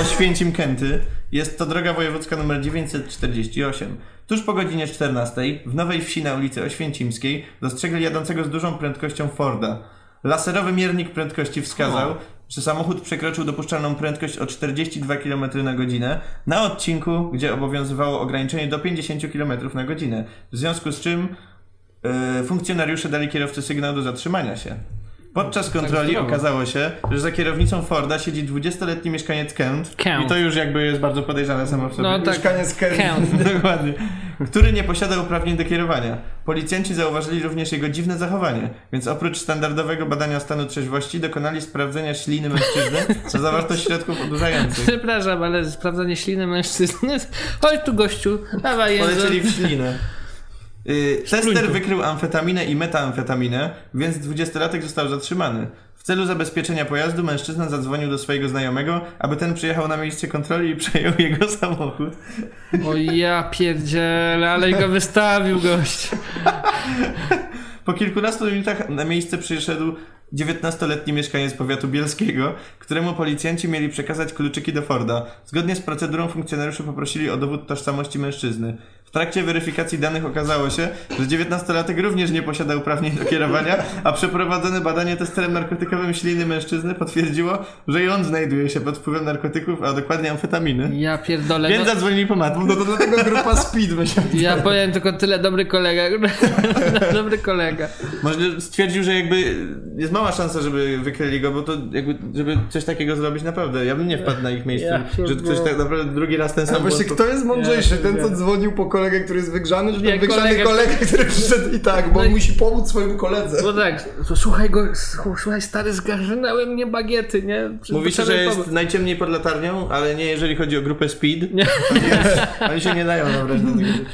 Speaker 4: Oświęcim Kęty. Jest to droga wojewódzka nr 948. Tuż po godzinie 14 w Nowej Wsi na ulicy Oświęcimskiej dostrzegli jadącego z dużą prędkością Forda. Laserowy miernik prędkości wskazał, że samochód przekroczył dopuszczalną prędkość o 42 km na godzinę na odcinku, gdzie obowiązywało ograniczenie do 50 km na godzinę. W związku z czym e, funkcjonariusze dali kierowcy sygnał do zatrzymania się. Podczas kontroli
Speaker 3: zdrowo.
Speaker 4: okazało się, że za kierownicą Forda siedzi 20-letni mieszkaniec Kent,
Speaker 3: Kent.
Speaker 4: i to już jakby jest bardzo podejrzane samo w sobie.
Speaker 3: No tak.
Speaker 2: Mieszkanie z Kerry.
Speaker 3: Count.
Speaker 4: Dokładnie. Który nie posiada uprawnień do kierowania. Policjanci zauważyli również jego dziwne zachowanie, więc oprócz standardowego badania stanu trzeźwości dokonali sprawdzenia śliny mężczyzny co zawartość środków odurzających.
Speaker 3: Przepraszam, ale sprawdzanie śliny mężczyzny. Chodź tu gościu, dawaj język.
Speaker 4: Polecieli w ślinę. Y, tester wykrył amfetaminę i metamfetaminę, więc 20-latek został zatrzymany. W celu zabezpieczenia pojazdu mężczyzna zadzwonił do swojego znajomego, aby ten przyjechał na miejsce kontroli i przejął jego samochód.
Speaker 3: O ja pierdzielę, ale go wystawił gość.
Speaker 4: Po kilkunastu minutach na miejsce przyszedł 19-letni mieszkaniec powiatu bielskiego, któremu policjanci mieli przekazać kluczyki do Forda. Zgodnie z procedurą funkcjonariusze poprosili o dowód tożsamości mężczyzny. W trakcie weryfikacji danych okazało się, że 19-latek również nie posiada uprawnień do kierowania, a przeprowadzone badanie testerem narkotykowym śliny mężczyzny potwierdziło, że i on znajduje się pod wpływem narkotyków, a dokładnie amfetaminy.
Speaker 3: Ja pierdolę.
Speaker 4: Więc
Speaker 3: no-
Speaker 4: zadzwonili po matkę. No to dlatego grupa Speed myślę.
Speaker 3: Ja powiem tylko tyle, dobry kolega. dobry kolega.
Speaker 4: Może stwierdził, że jakby jest mała szansa, żeby wykryli go, bo to jakby, żeby coś takiego zrobić naprawdę, ja bym nie wpadł na ich miejsce,
Speaker 3: Ja
Speaker 4: że ktoś tak naprawdę drugi raz ten sam
Speaker 5: Właśnie
Speaker 4: błąd-
Speaker 5: kto jest mądrzejszy? Ten, co dzwonił po kolegę, który jest wygrzany, czy ten wygrzany
Speaker 3: kolega-
Speaker 5: kolega, który przyszedł i tak, bo
Speaker 3: No i-
Speaker 5: musi pomóc swojemu koledze.
Speaker 3: No tak, s- słuchaj go, s- słuchaj stary, zgarnęły mnie bagiety, nie? Przy-
Speaker 4: Mówi się, że
Speaker 3: potrzebny
Speaker 4: jest
Speaker 3: pomoc.
Speaker 4: najciemniej pod latarnią, ale nie jeżeli chodzi o grupę Speed.
Speaker 3: Nie.
Speaker 4: Oni, oni się nie dają nabrać do tego rzeczy.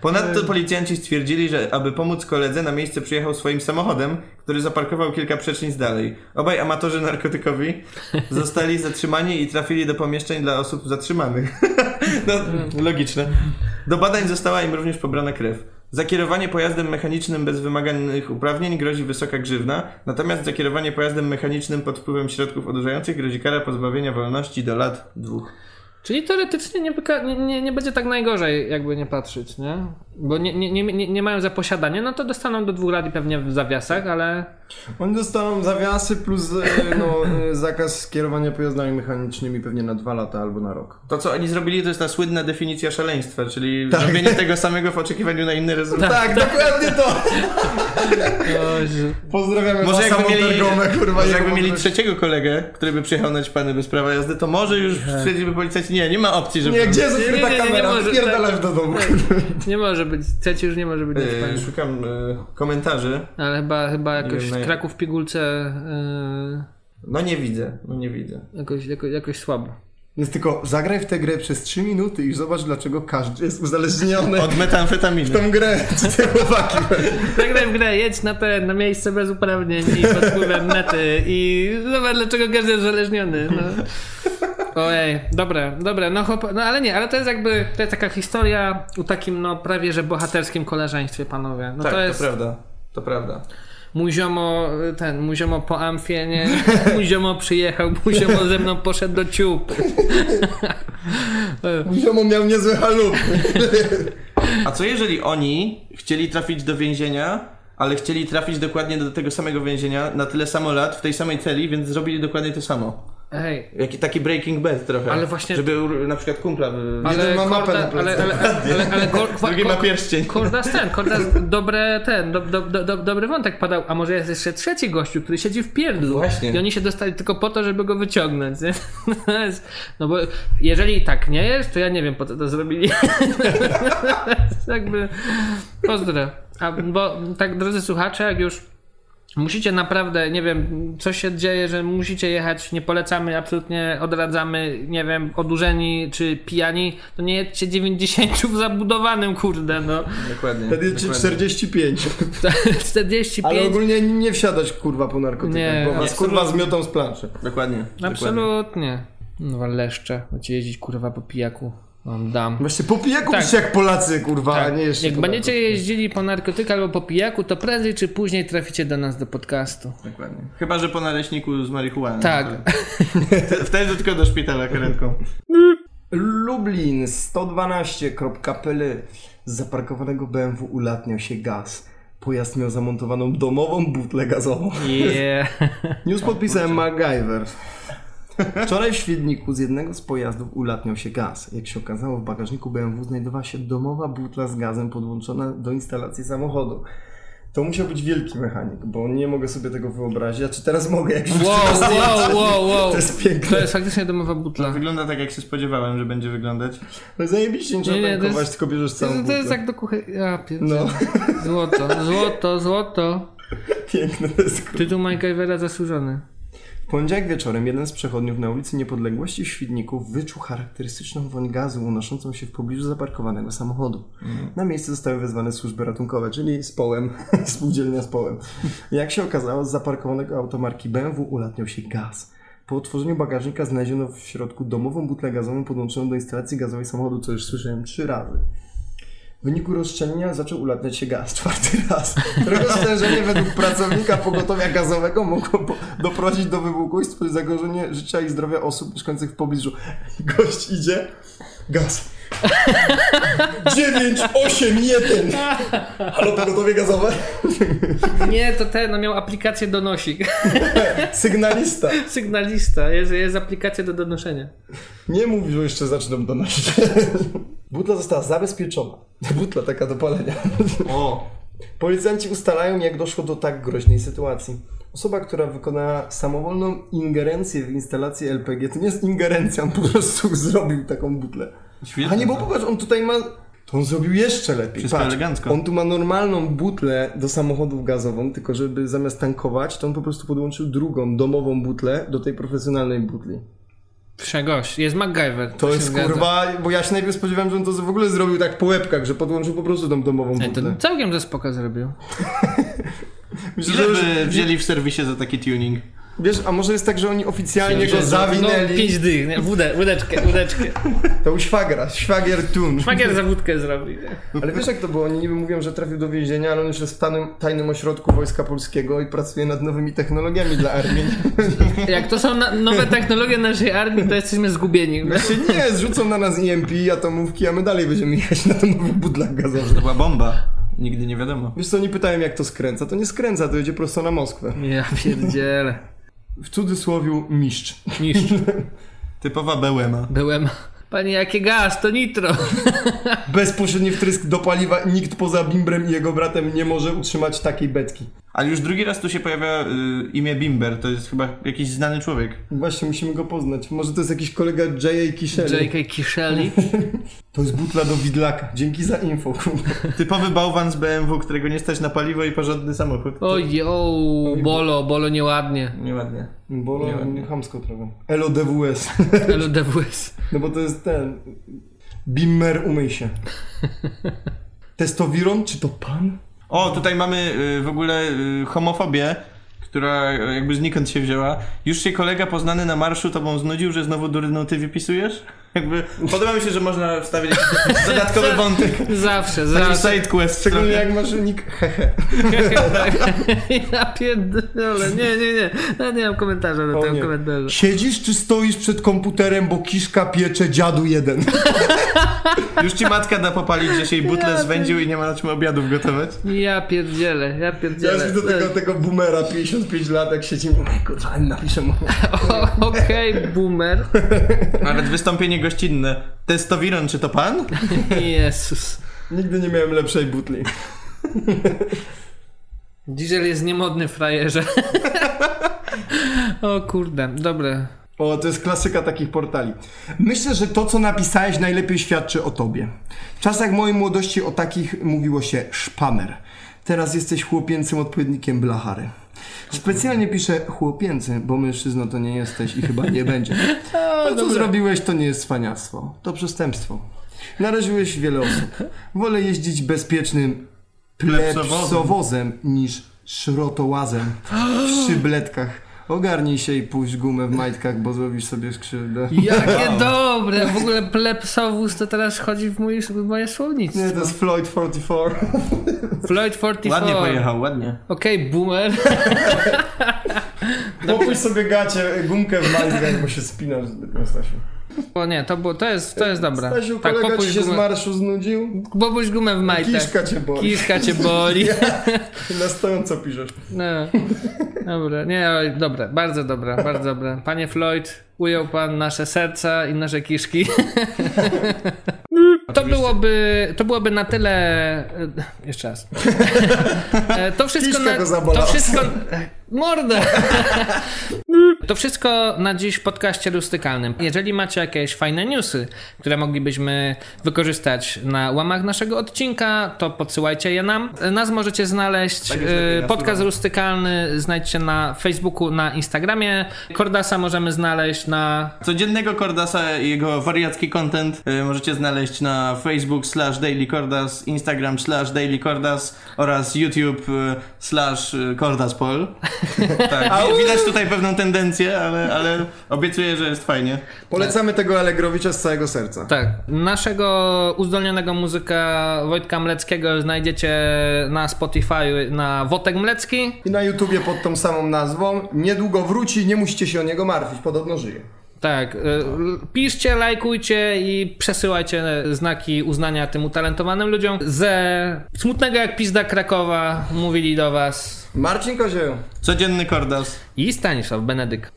Speaker 4: Ponadto policjanci stwierdzili, że aby pomóc koledze na miejsce przyjechał swoim samochodem, który zaparkował kilka przecznic dalej. Obaj amatorzy narkotykowi zostali zatrzymani i trafili do pomieszczeń dla osób zatrzymanych. No, logiczne. Do badań została im również pobrana krew. Za kierowanie pojazdem mechanicznym bez wymaganych uprawnień grozi wysoka grzywna, natomiast za kierowanie pojazdem mechanicznym pod wpływem środków odurzających grozi kara pozbawienia wolności do lat dwóch.
Speaker 3: Czyli teoretycznie nie, wyka- nie, nie, nie będzie tak najgorzej, jakby nie patrzeć, nie? Bo nie, nie, nie, nie, nie mają za posiadanie, no to dostaną do dwóch lat i pewnie w zawiasach, ale
Speaker 2: Oni dostaną zawiasy plus e, no, e, zakaz kierowania pojazdami mechanicznymi pewnie na dwa lata albo na rok.
Speaker 4: To, co oni zrobili, to jest ta słynna definicja szaleństwa, czyli zrobienie tego samego w oczekiwaniu na inny rezultat.
Speaker 5: Tak, dokładnie to. Pozdrawiamy
Speaker 4: Może jakby, mieli,
Speaker 5: Tergomę, kurwa,
Speaker 4: może
Speaker 5: jego
Speaker 4: jakby mieli
Speaker 5: mądrość.
Speaker 4: trzeciego kolegę, który by przyjechał na ćpany bez prawa jazdy, to może już stwierdziliby policjanci, nie, nie ma opcji, żeby...
Speaker 5: Nie, gdzie jest
Speaker 3: Nie, nie, nie,
Speaker 5: odkryta
Speaker 3: nie, nie
Speaker 5: kamera?
Speaker 3: może, tak.
Speaker 5: Wpierdalasz do domu.
Speaker 3: nie może być, trzeci już nie może być
Speaker 4: Yy,
Speaker 3: yy,
Speaker 4: Szukam yy, komentarzy.
Speaker 3: Ale chyba, chyba jakoś
Speaker 4: wiem, na-
Speaker 3: Kraków w pigułce yy,
Speaker 4: No nie widzę, no nie widzę.
Speaker 3: jakoś, jakoś, jakoś słabo.
Speaker 2: Jest tylko zagraj w tę grę przez 3 minuty i zobacz dlaczego każdy jest uzależniony
Speaker 4: Od metamfetaminy.
Speaker 2: tą grę. Co te chłopaki?
Speaker 3: Zagraj w grę, jedź na ten, na miejsce bez uprawnień i pod wpływem mety i zobacz dlaczego każdy jest uzależniony. No. Ojej, dobra, dobra, no, chłop, no ale nie, ale to jest jakby, to jest taka historia o takim no prawie, że bohaterskim koleżeństwie panowie. No
Speaker 4: tak,
Speaker 3: to jest
Speaker 4: prawda. To prawda.
Speaker 3: mój ziomo, y, ten, mój ziomo po amfie, nie, mój ziomo przyjechał, mój ziomo ze mną poszedł do ciup.
Speaker 5: Ziomo miał niezłe halupy.
Speaker 4: A co jeżeli oni chcieli trafić do więzienia, ale chcieli trafić dokładnie do tego samego więzienia na tyle samo lat, w tej samej celi, więc zrobili dokładnie to samo.
Speaker 3: Ej,
Speaker 4: Jaki taki Breaking Bad trochę.
Speaker 3: Ale właśnie-
Speaker 4: Żeby u- na przykład kumpla... By...
Speaker 3: ale
Speaker 5: ma mapę
Speaker 3: korda,
Speaker 5: na
Speaker 3: ale, ale, ale, ale kor, kwa,
Speaker 4: Drugi ma
Speaker 3: kor-
Speaker 4: pierścień.
Speaker 3: Kordas ten, Kordas dobre ten, do, do, do, do, dobry wątek padał, a może jest jeszcze trzeci gościu, który siedzi w pierdlu.
Speaker 4: Właśnie.
Speaker 3: I oni się dostali tylko po to, żeby go wyciągnąć. Nie? To jest- No bo jeżeli tak nie jest, to ja nie wiem po co to zrobili. Jakby pozdro. A, bo tak drodzy słuchacze, jak już Musicie naprawdę, nie wiem, co się dzieje, że musicie jechać, nie polecamy, absolutnie odradzamy, nie wiem, odurzeni czy pijani, to nie jedźcie 90 w zabudowanym, kurde, no.
Speaker 4: Dokładnie.
Speaker 2: Wtedy ci
Speaker 4: dokładnie.
Speaker 2: 45.
Speaker 3: 45,
Speaker 2: Ale ogólnie nie wsiadać kurwa po narkotykach,
Speaker 3: Nie.
Speaker 2: bo was
Speaker 4: Nie.
Speaker 2: kurwa zmiotą z planszy.
Speaker 4: Dokładnie. dokładnie.
Speaker 3: absolutnie. No leszcze, macie jeździć, kurwa, po pijaku, wam dam.
Speaker 2: Właśnie po pijaku
Speaker 3: Tak.
Speaker 2: tak. jak Polacy kurwa, a
Speaker 3: Tak.
Speaker 2: nie jeszcze
Speaker 3: Jak
Speaker 2: po
Speaker 3: będziecie jeździli po narkotykach albo po pijaku, to prędzej czy później traficie do nas do podcastu.
Speaker 2: tak
Speaker 4: Dokładnie. Chyba, że po naleśniku z marihuaną.
Speaker 3: Tak.
Speaker 4: To- Wtedy tylko do szpitala karetką.
Speaker 2: Lublin 112.pl Z zaparkowanego BMW ulatniał się gaz. Pojazd miał zamontowaną domową butlę gazową.
Speaker 3: Yeah.
Speaker 2: News
Speaker 3: Tak,
Speaker 2: podpisałem MacGyver. Wczoraj w Świdniku z jednego z pojazdów ulatniał się gaz. Jak się okazało, w bagażniku BMW znajdowała się domowa butla z gazem podłączona do instalacji samochodu. To musiał być wielki mechanik, bo nie mogę sobie tego wyobrazić. A czy teraz mogę? Jak
Speaker 3: Wow, wow, wow, wow.
Speaker 2: To jest piękne.
Speaker 3: To jest faktycznie domowa butla.
Speaker 4: Wygląda tak, jak się spodziewałem, że będzie wyglądać.
Speaker 2: No zajebiście, nie
Speaker 3: Nie,
Speaker 2: trzeba
Speaker 3: nie, to
Speaker 2: tankować,
Speaker 3: jest-
Speaker 2: tylko bierzesz
Speaker 3: To,
Speaker 2: całą
Speaker 3: to
Speaker 2: butlę.
Speaker 3: jest jak do kuchenki. Ja pierdolę.
Speaker 2: No,
Speaker 3: Złoto, złoto, złoto.
Speaker 2: piękne to jest. kurwa.
Speaker 3: Tytuł Minecraftera zasłużony.
Speaker 2: W poniedziałek wieczorem jeden z przechodniów na ulicy Niepodległości w Świdniku wyczuł charakterystyczną woń gazu unoszącą się w pobliżu zaparkowanego samochodu. Na miejsce zostały wezwane służby ratunkowe, czyli z połem, spółdzielnia z połem. Jak się okazało, z zaparkowanego automarki BMW ulatniał się gaz. Po otworzeniu bagażnika znaleziono w środku domową butlę gazową podłączoną do instalacji gazowej samochodu, co już słyszałem trzy razy. W wyniku rozszczelnienia zaczął ulatniać się gaz czwarty raz. Rozszczelnienie według pracownika pogotowia gazowego mogło po- doprowadzić do wybuchu i stworzyć zagrożenie życia i zdrowia osób mieszkających w pobliżu. Gość idzie, gaz. 9, 8, 1. Halo, pogotowie gazowe?
Speaker 3: Nie, to ten, no miał aplikację donosik.
Speaker 2: Sygnalista.
Speaker 3: Sygnalista, jest, jest aplikacja do donoszenia.
Speaker 2: Nie mów, że jeszcze zaczną donosić. Butla została zabezpieczona. Butla taka do palenia.
Speaker 4: O!
Speaker 2: Policjanci ustalają, jak doszło do tak groźnej sytuacji. Osoba, która wykonała samowolną ingerencję w instalację LPG, to nie jest ingerencja, on po prostu zrobił taką butlę.
Speaker 4: Świetnie.
Speaker 2: A nie, bo popatrz, on tutaj ma... To on zrobił jeszcze lepiej.
Speaker 4: Wszystko elegancko.
Speaker 2: On tu ma normalną butlę do samochodów gazową, tylko żeby zamiast tankować, to on po prostu podłączył drugą, domową butlę do tej profesjonalnej butli.
Speaker 3: Przegoś, jest MacGyver.
Speaker 2: To
Speaker 3: się
Speaker 2: jest
Speaker 3: zgadza.
Speaker 2: kurwa, bo ja się najpierw spodziewałem, że on to w ogóle zrobił tak po łebkach, że podłączył po prostu tą domową
Speaker 3: Ej, to
Speaker 2: butlę.
Speaker 3: całkiem ze spoko zrobił.
Speaker 4: Ile
Speaker 2: Myślę, że,
Speaker 4: by wzięli w serwisie za taki tuning?
Speaker 2: wiesz, a może jest tak, że oni oficjalnie go
Speaker 3: No,
Speaker 2: zawinęli?
Speaker 3: pięć dych, nie? Wódę, wódeczkę, wódeczkę.
Speaker 2: To u szwagra, szwagier tun.
Speaker 3: Szwagier za wódkę zrobił.
Speaker 2: Ale wiesz jak to było? Oni niby mówią, że trafił do więzienia, ale on już jest w tajnym, tajnym ośrodku Wojska Polskiego i pracuje nad nowymi technologiami dla armii.
Speaker 3: Jak to są na, nowe technologie naszej armii, to jesteśmy zgubieni.
Speaker 2: Znaczy nie, zrzucą na nas EMP, atomówki, a my dalej będziemy jechać na domowych budlach gazowych.
Speaker 4: To była bomba. Nigdy nie wiadomo.
Speaker 2: Wiesz co, oni pytają jak to skręca. To nie skręca, to jedzie prosto na Moskwę.
Speaker 3: Ja pierdzielę.
Speaker 2: W cudzysłowiu mistrz.
Speaker 3: Niszcz.
Speaker 4: Typowa bełema.
Speaker 3: Byłem. Panie, jakie gaz, to nitro.
Speaker 2: Bezpośredni wtrysk do paliwa nikt poza Bimbrem i jego bratem nie może utrzymać takiej betki.
Speaker 4: Ale już drugi raz tu się pojawia y, imię Bimber, to jest chyba jakiś znany człowiek.
Speaker 2: Właśnie, musimy go poznać. Może to jest jakiś kolega J.A. Kishelli.
Speaker 3: J.K. Kiszeli.
Speaker 2: To jest butla do widlaka. Dzięki za info, kurwa.
Speaker 4: Typowy bałwan z BMW, którego nie stać na paliwo i porządny samochód.
Speaker 3: Ojo, bolo, bolo nieładnie.
Speaker 4: Nieładnie.
Speaker 2: Bo nie, chamsko trochę. LODWS.
Speaker 3: Elo DWS.
Speaker 2: No bo to jest ten... Bimmer, umyj się. Testowiron? Czy to pan?
Speaker 4: O, tutaj mamy y, w ogóle y, homofobię, która y, jakby znikąd się wzięła. Już się kolega poznany na marszu tobą znudził, że znowu durnoty wypisujesz? Jakby podoba mi się, że można wstawić jakiś dodatkowy wątek.
Speaker 3: Zawsze,
Speaker 4: Taki
Speaker 3: zawsze.
Speaker 4: side quest.
Speaker 2: Szczególnie
Speaker 4: trochę.
Speaker 2: jak masz nick hehe.
Speaker 3: Ja pierdolę. Nie, nie, nie. Ja nie mam komentarza do tego
Speaker 2: nie.
Speaker 3: komentarza.
Speaker 2: Siedzisz czy stoisz przed komputerem, bo kiszka piecze dziadu jeden?
Speaker 4: Już ci matka da popalić, że się jej butle zwędził i nie ma na czym obiadów gotować.
Speaker 3: Ja pierdzielę, ja
Speaker 2: Ja
Speaker 3: pierdzielę.
Speaker 2: już do tego, tego boomera 55 lat, jak siedzi, mówię, kurwa, napiszę mu.
Speaker 3: O, Okej, boomer.
Speaker 4: Nawet wystąpienie gościnne. Testowiron, czy to pan?
Speaker 3: Jezus.
Speaker 2: Nigdy nie miałem lepszej butli.
Speaker 3: Diesel jest niemodny frajerze. O kurde, dobre.
Speaker 2: O, to jest klasyka takich portali. Myślę, że to, co napisałeś, najlepiej świadczy o tobie. W czasach mojej młodości o takich mówiło się szpamer. Teraz jesteś chłopięcym odpowiednikiem blachary. Specjalnie piszę chłopięcy, bo mężczyzną to nie jesteś i chyba nie będzie. To, co zrobiłeś, to nie jest cwaniactwo. To przestępstwo. Naraziłeś wiele osób. Wolę jeździć bezpiecznym plepsowozem niż szrotołazem w szybletkach. Ogarnij się i puść gumę w majtkach, bo zrobisz sobie skrzywdę.
Speaker 3: Jakie dobre! W ogóle plepsowóz to teraz chodzi w, mój, w moje słownictwo.
Speaker 2: Nie, to jest Floyd 44.
Speaker 3: Floyd 44.
Speaker 4: Ładnie pojechał, ładnie.
Speaker 3: Okej, boomer.
Speaker 2: Popuść sobie gacie, e, gumkę w majtkach, bo się spinasz. Stasiu,
Speaker 3: O nie, to, było, to jest, to jest dobre.
Speaker 2: Stasiu kolega ci
Speaker 3: popuść
Speaker 2: się z
Speaker 3: Tak. gumę,
Speaker 2: marszu znudził?
Speaker 3: popuść gumę w majtach.
Speaker 2: Kiszka cię boli.
Speaker 3: Kiszka cię boli.
Speaker 2: Na stojąco piszesz.
Speaker 3: No. Dobra, nie, oj, dobre, bardzo dobre, bardzo dobre. Panie Floyd, ujął pan nasze serca i nasze kiszki. To byłoby, to byłoby na tyle. e, Jeszcze raz. E, To wszystko
Speaker 2: Kiszka
Speaker 3: na,
Speaker 2: go
Speaker 3: To
Speaker 2: zabolała.
Speaker 3: wszystko. e, Mordę! To wszystko na dziś w podcaście rustykalnym. Jeżeli macie jakieś fajne newsy, które moglibyśmy wykorzystać na łamach naszego odcinka, to podsyłajcie je nam. Nas możecie znaleźć.
Speaker 2: Tak
Speaker 3: e, Podcast rustykalny znajdźcie na Facebooku, na Instagramie. Kordasa możemy znaleźć na
Speaker 4: Codziennego Cordasa i jego wariacki content y, możecie znaleźć na Facebook slash Daily Cordas, Instagram slash Daily Cordas oraz YouTube y, slash y, Cordaspol. Tak, widać tutaj pewną tendencję, ale, ale obiecuję, że jest fajnie.
Speaker 2: Polecamy tego Allegrowicza z całego serca.
Speaker 3: Tak, naszego uzdolnionego muzyka Wojtka Mleckiego znajdziecie na Spotify na Wotek Mlecki.
Speaker 2: I na YouTubie pod tą samą nazwą. Niedługo wróci, nie musicie się o niego martwić, podobno żyje.
Speaker 3: Tak, y, l- piszcie, lajkujcie i przesyłajcie znaki uznania tym utalentowanym ludziom. Ze smutnego jak pizda Krakowa mówili do was
Speaker 2: Marcin Kozieł.
Speaker 4: Codzienny kordas.
Speaker 3: i Stanisław Benedyk.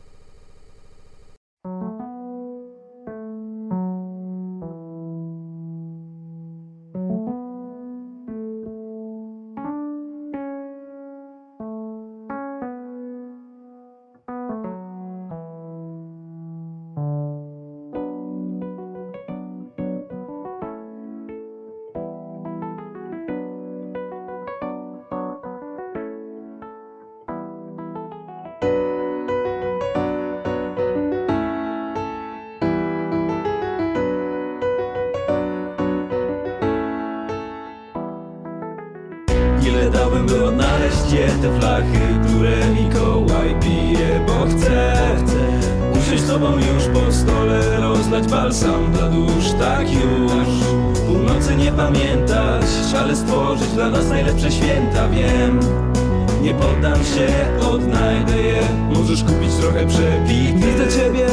Speaker 6: Ile dałem, by odnaleźć gdzie te flachy, które Mikołaj pije, bo chce, chce Usiąść z tobą już po stole, rozlać balsam dla dusz, tak już Północy nie pamiętać, ale stworzyć dla nas najlepsze święta, wiem Nie poddam się, odnajdę je, możesz kupić trochę przepit Widzę ciebie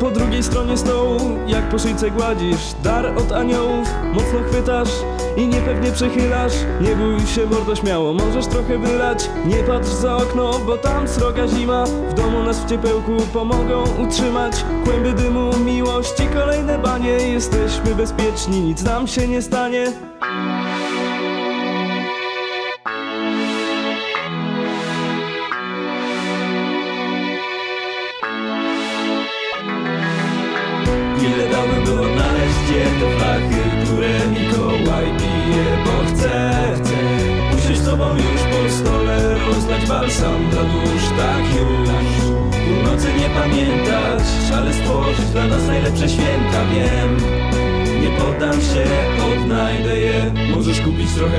Speaker 6: po drugiej stronie stołu, jak po szyjce gładzisz Dar od aniołów, mocno chwytasz i niepewnie przechylasz Nie bój się mordo śmiało, możesz trochę wylać Nie patrz za okno, bo tam sroga zima W domu nas w ciepełku pomogą utrzymać Kłęby dymu, miłości, kolejne banie Jesteśmy bezpieczni, nic nam się nie stanie Ile dałem by odnaleźć gdzie te flachy, które Mikołaj pije, bo chce, chce Usiąść z tobą już po stole, rozlać balsam dla dusz, tak już Północy nie pamiętać, ale stworzyć dla nas najlepsze święta, wiem Nie poddam się, odnajdę je, możesz kupić trochę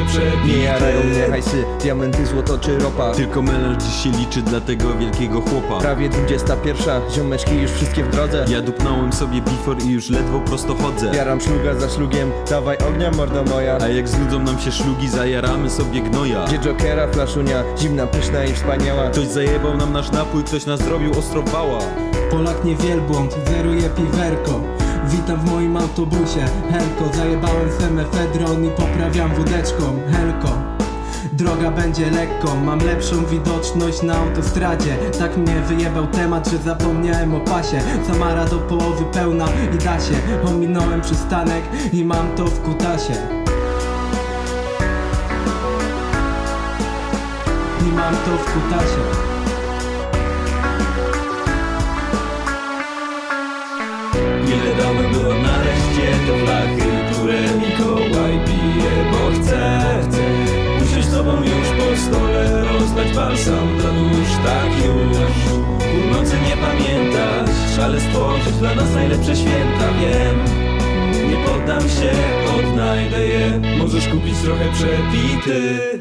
Speaker 7: Jarają mnie
Speaker 6: przebity
Speaker 7: hajsy, diamenty, złoto czy ropa
Speaker 6: Tylko menel się liczy dla tego wielkiego chłopa
Speaker 7: Prawie 21, ziomeczki już wszystkie w drodze
Speaker 6: Ja dupnąłem sobie before i już ledwo prosto chodzę
Speaker 7: Jaram szluga za szlugiem, dawaj ognia mordo moja
Speaker 6: A jak znudzą nam się szlugi, zajaramy sobie gnoja
Speaker 7: Gdzie Jokera, flaszunia, zimna, pyszna i wspaniała
Speaker 6: Ktoś zajebał nam nasz napój, ktoś nas zrobił ostro bała
Speaker 8: Polak niewielbłąd, weruje piwerko Witam w moim autobusie, helko Zajebałem femefedron i poprawiam wódeczką, helko Droga będzie lekko, mam lepszą widoczność na autostradzie Tak mnie wyjebał temat, że zapomniałem o pasie Samara do połowy pełna i da się Ominąłem przystanek i mam to w kutasie I mam to w kutasie
Speaker 6: Ile dałem było nareszcie te flachy, które Mikołaj pije, bo chce, chce Usiąść z tobą już po stole, rozlać balsam dla dusz, tak już Północy nie pamiętać, ale stworzyć dla nas najlepsze święta, wiem Nie poddam się, odnajdę je, możesz kupić trochę przepity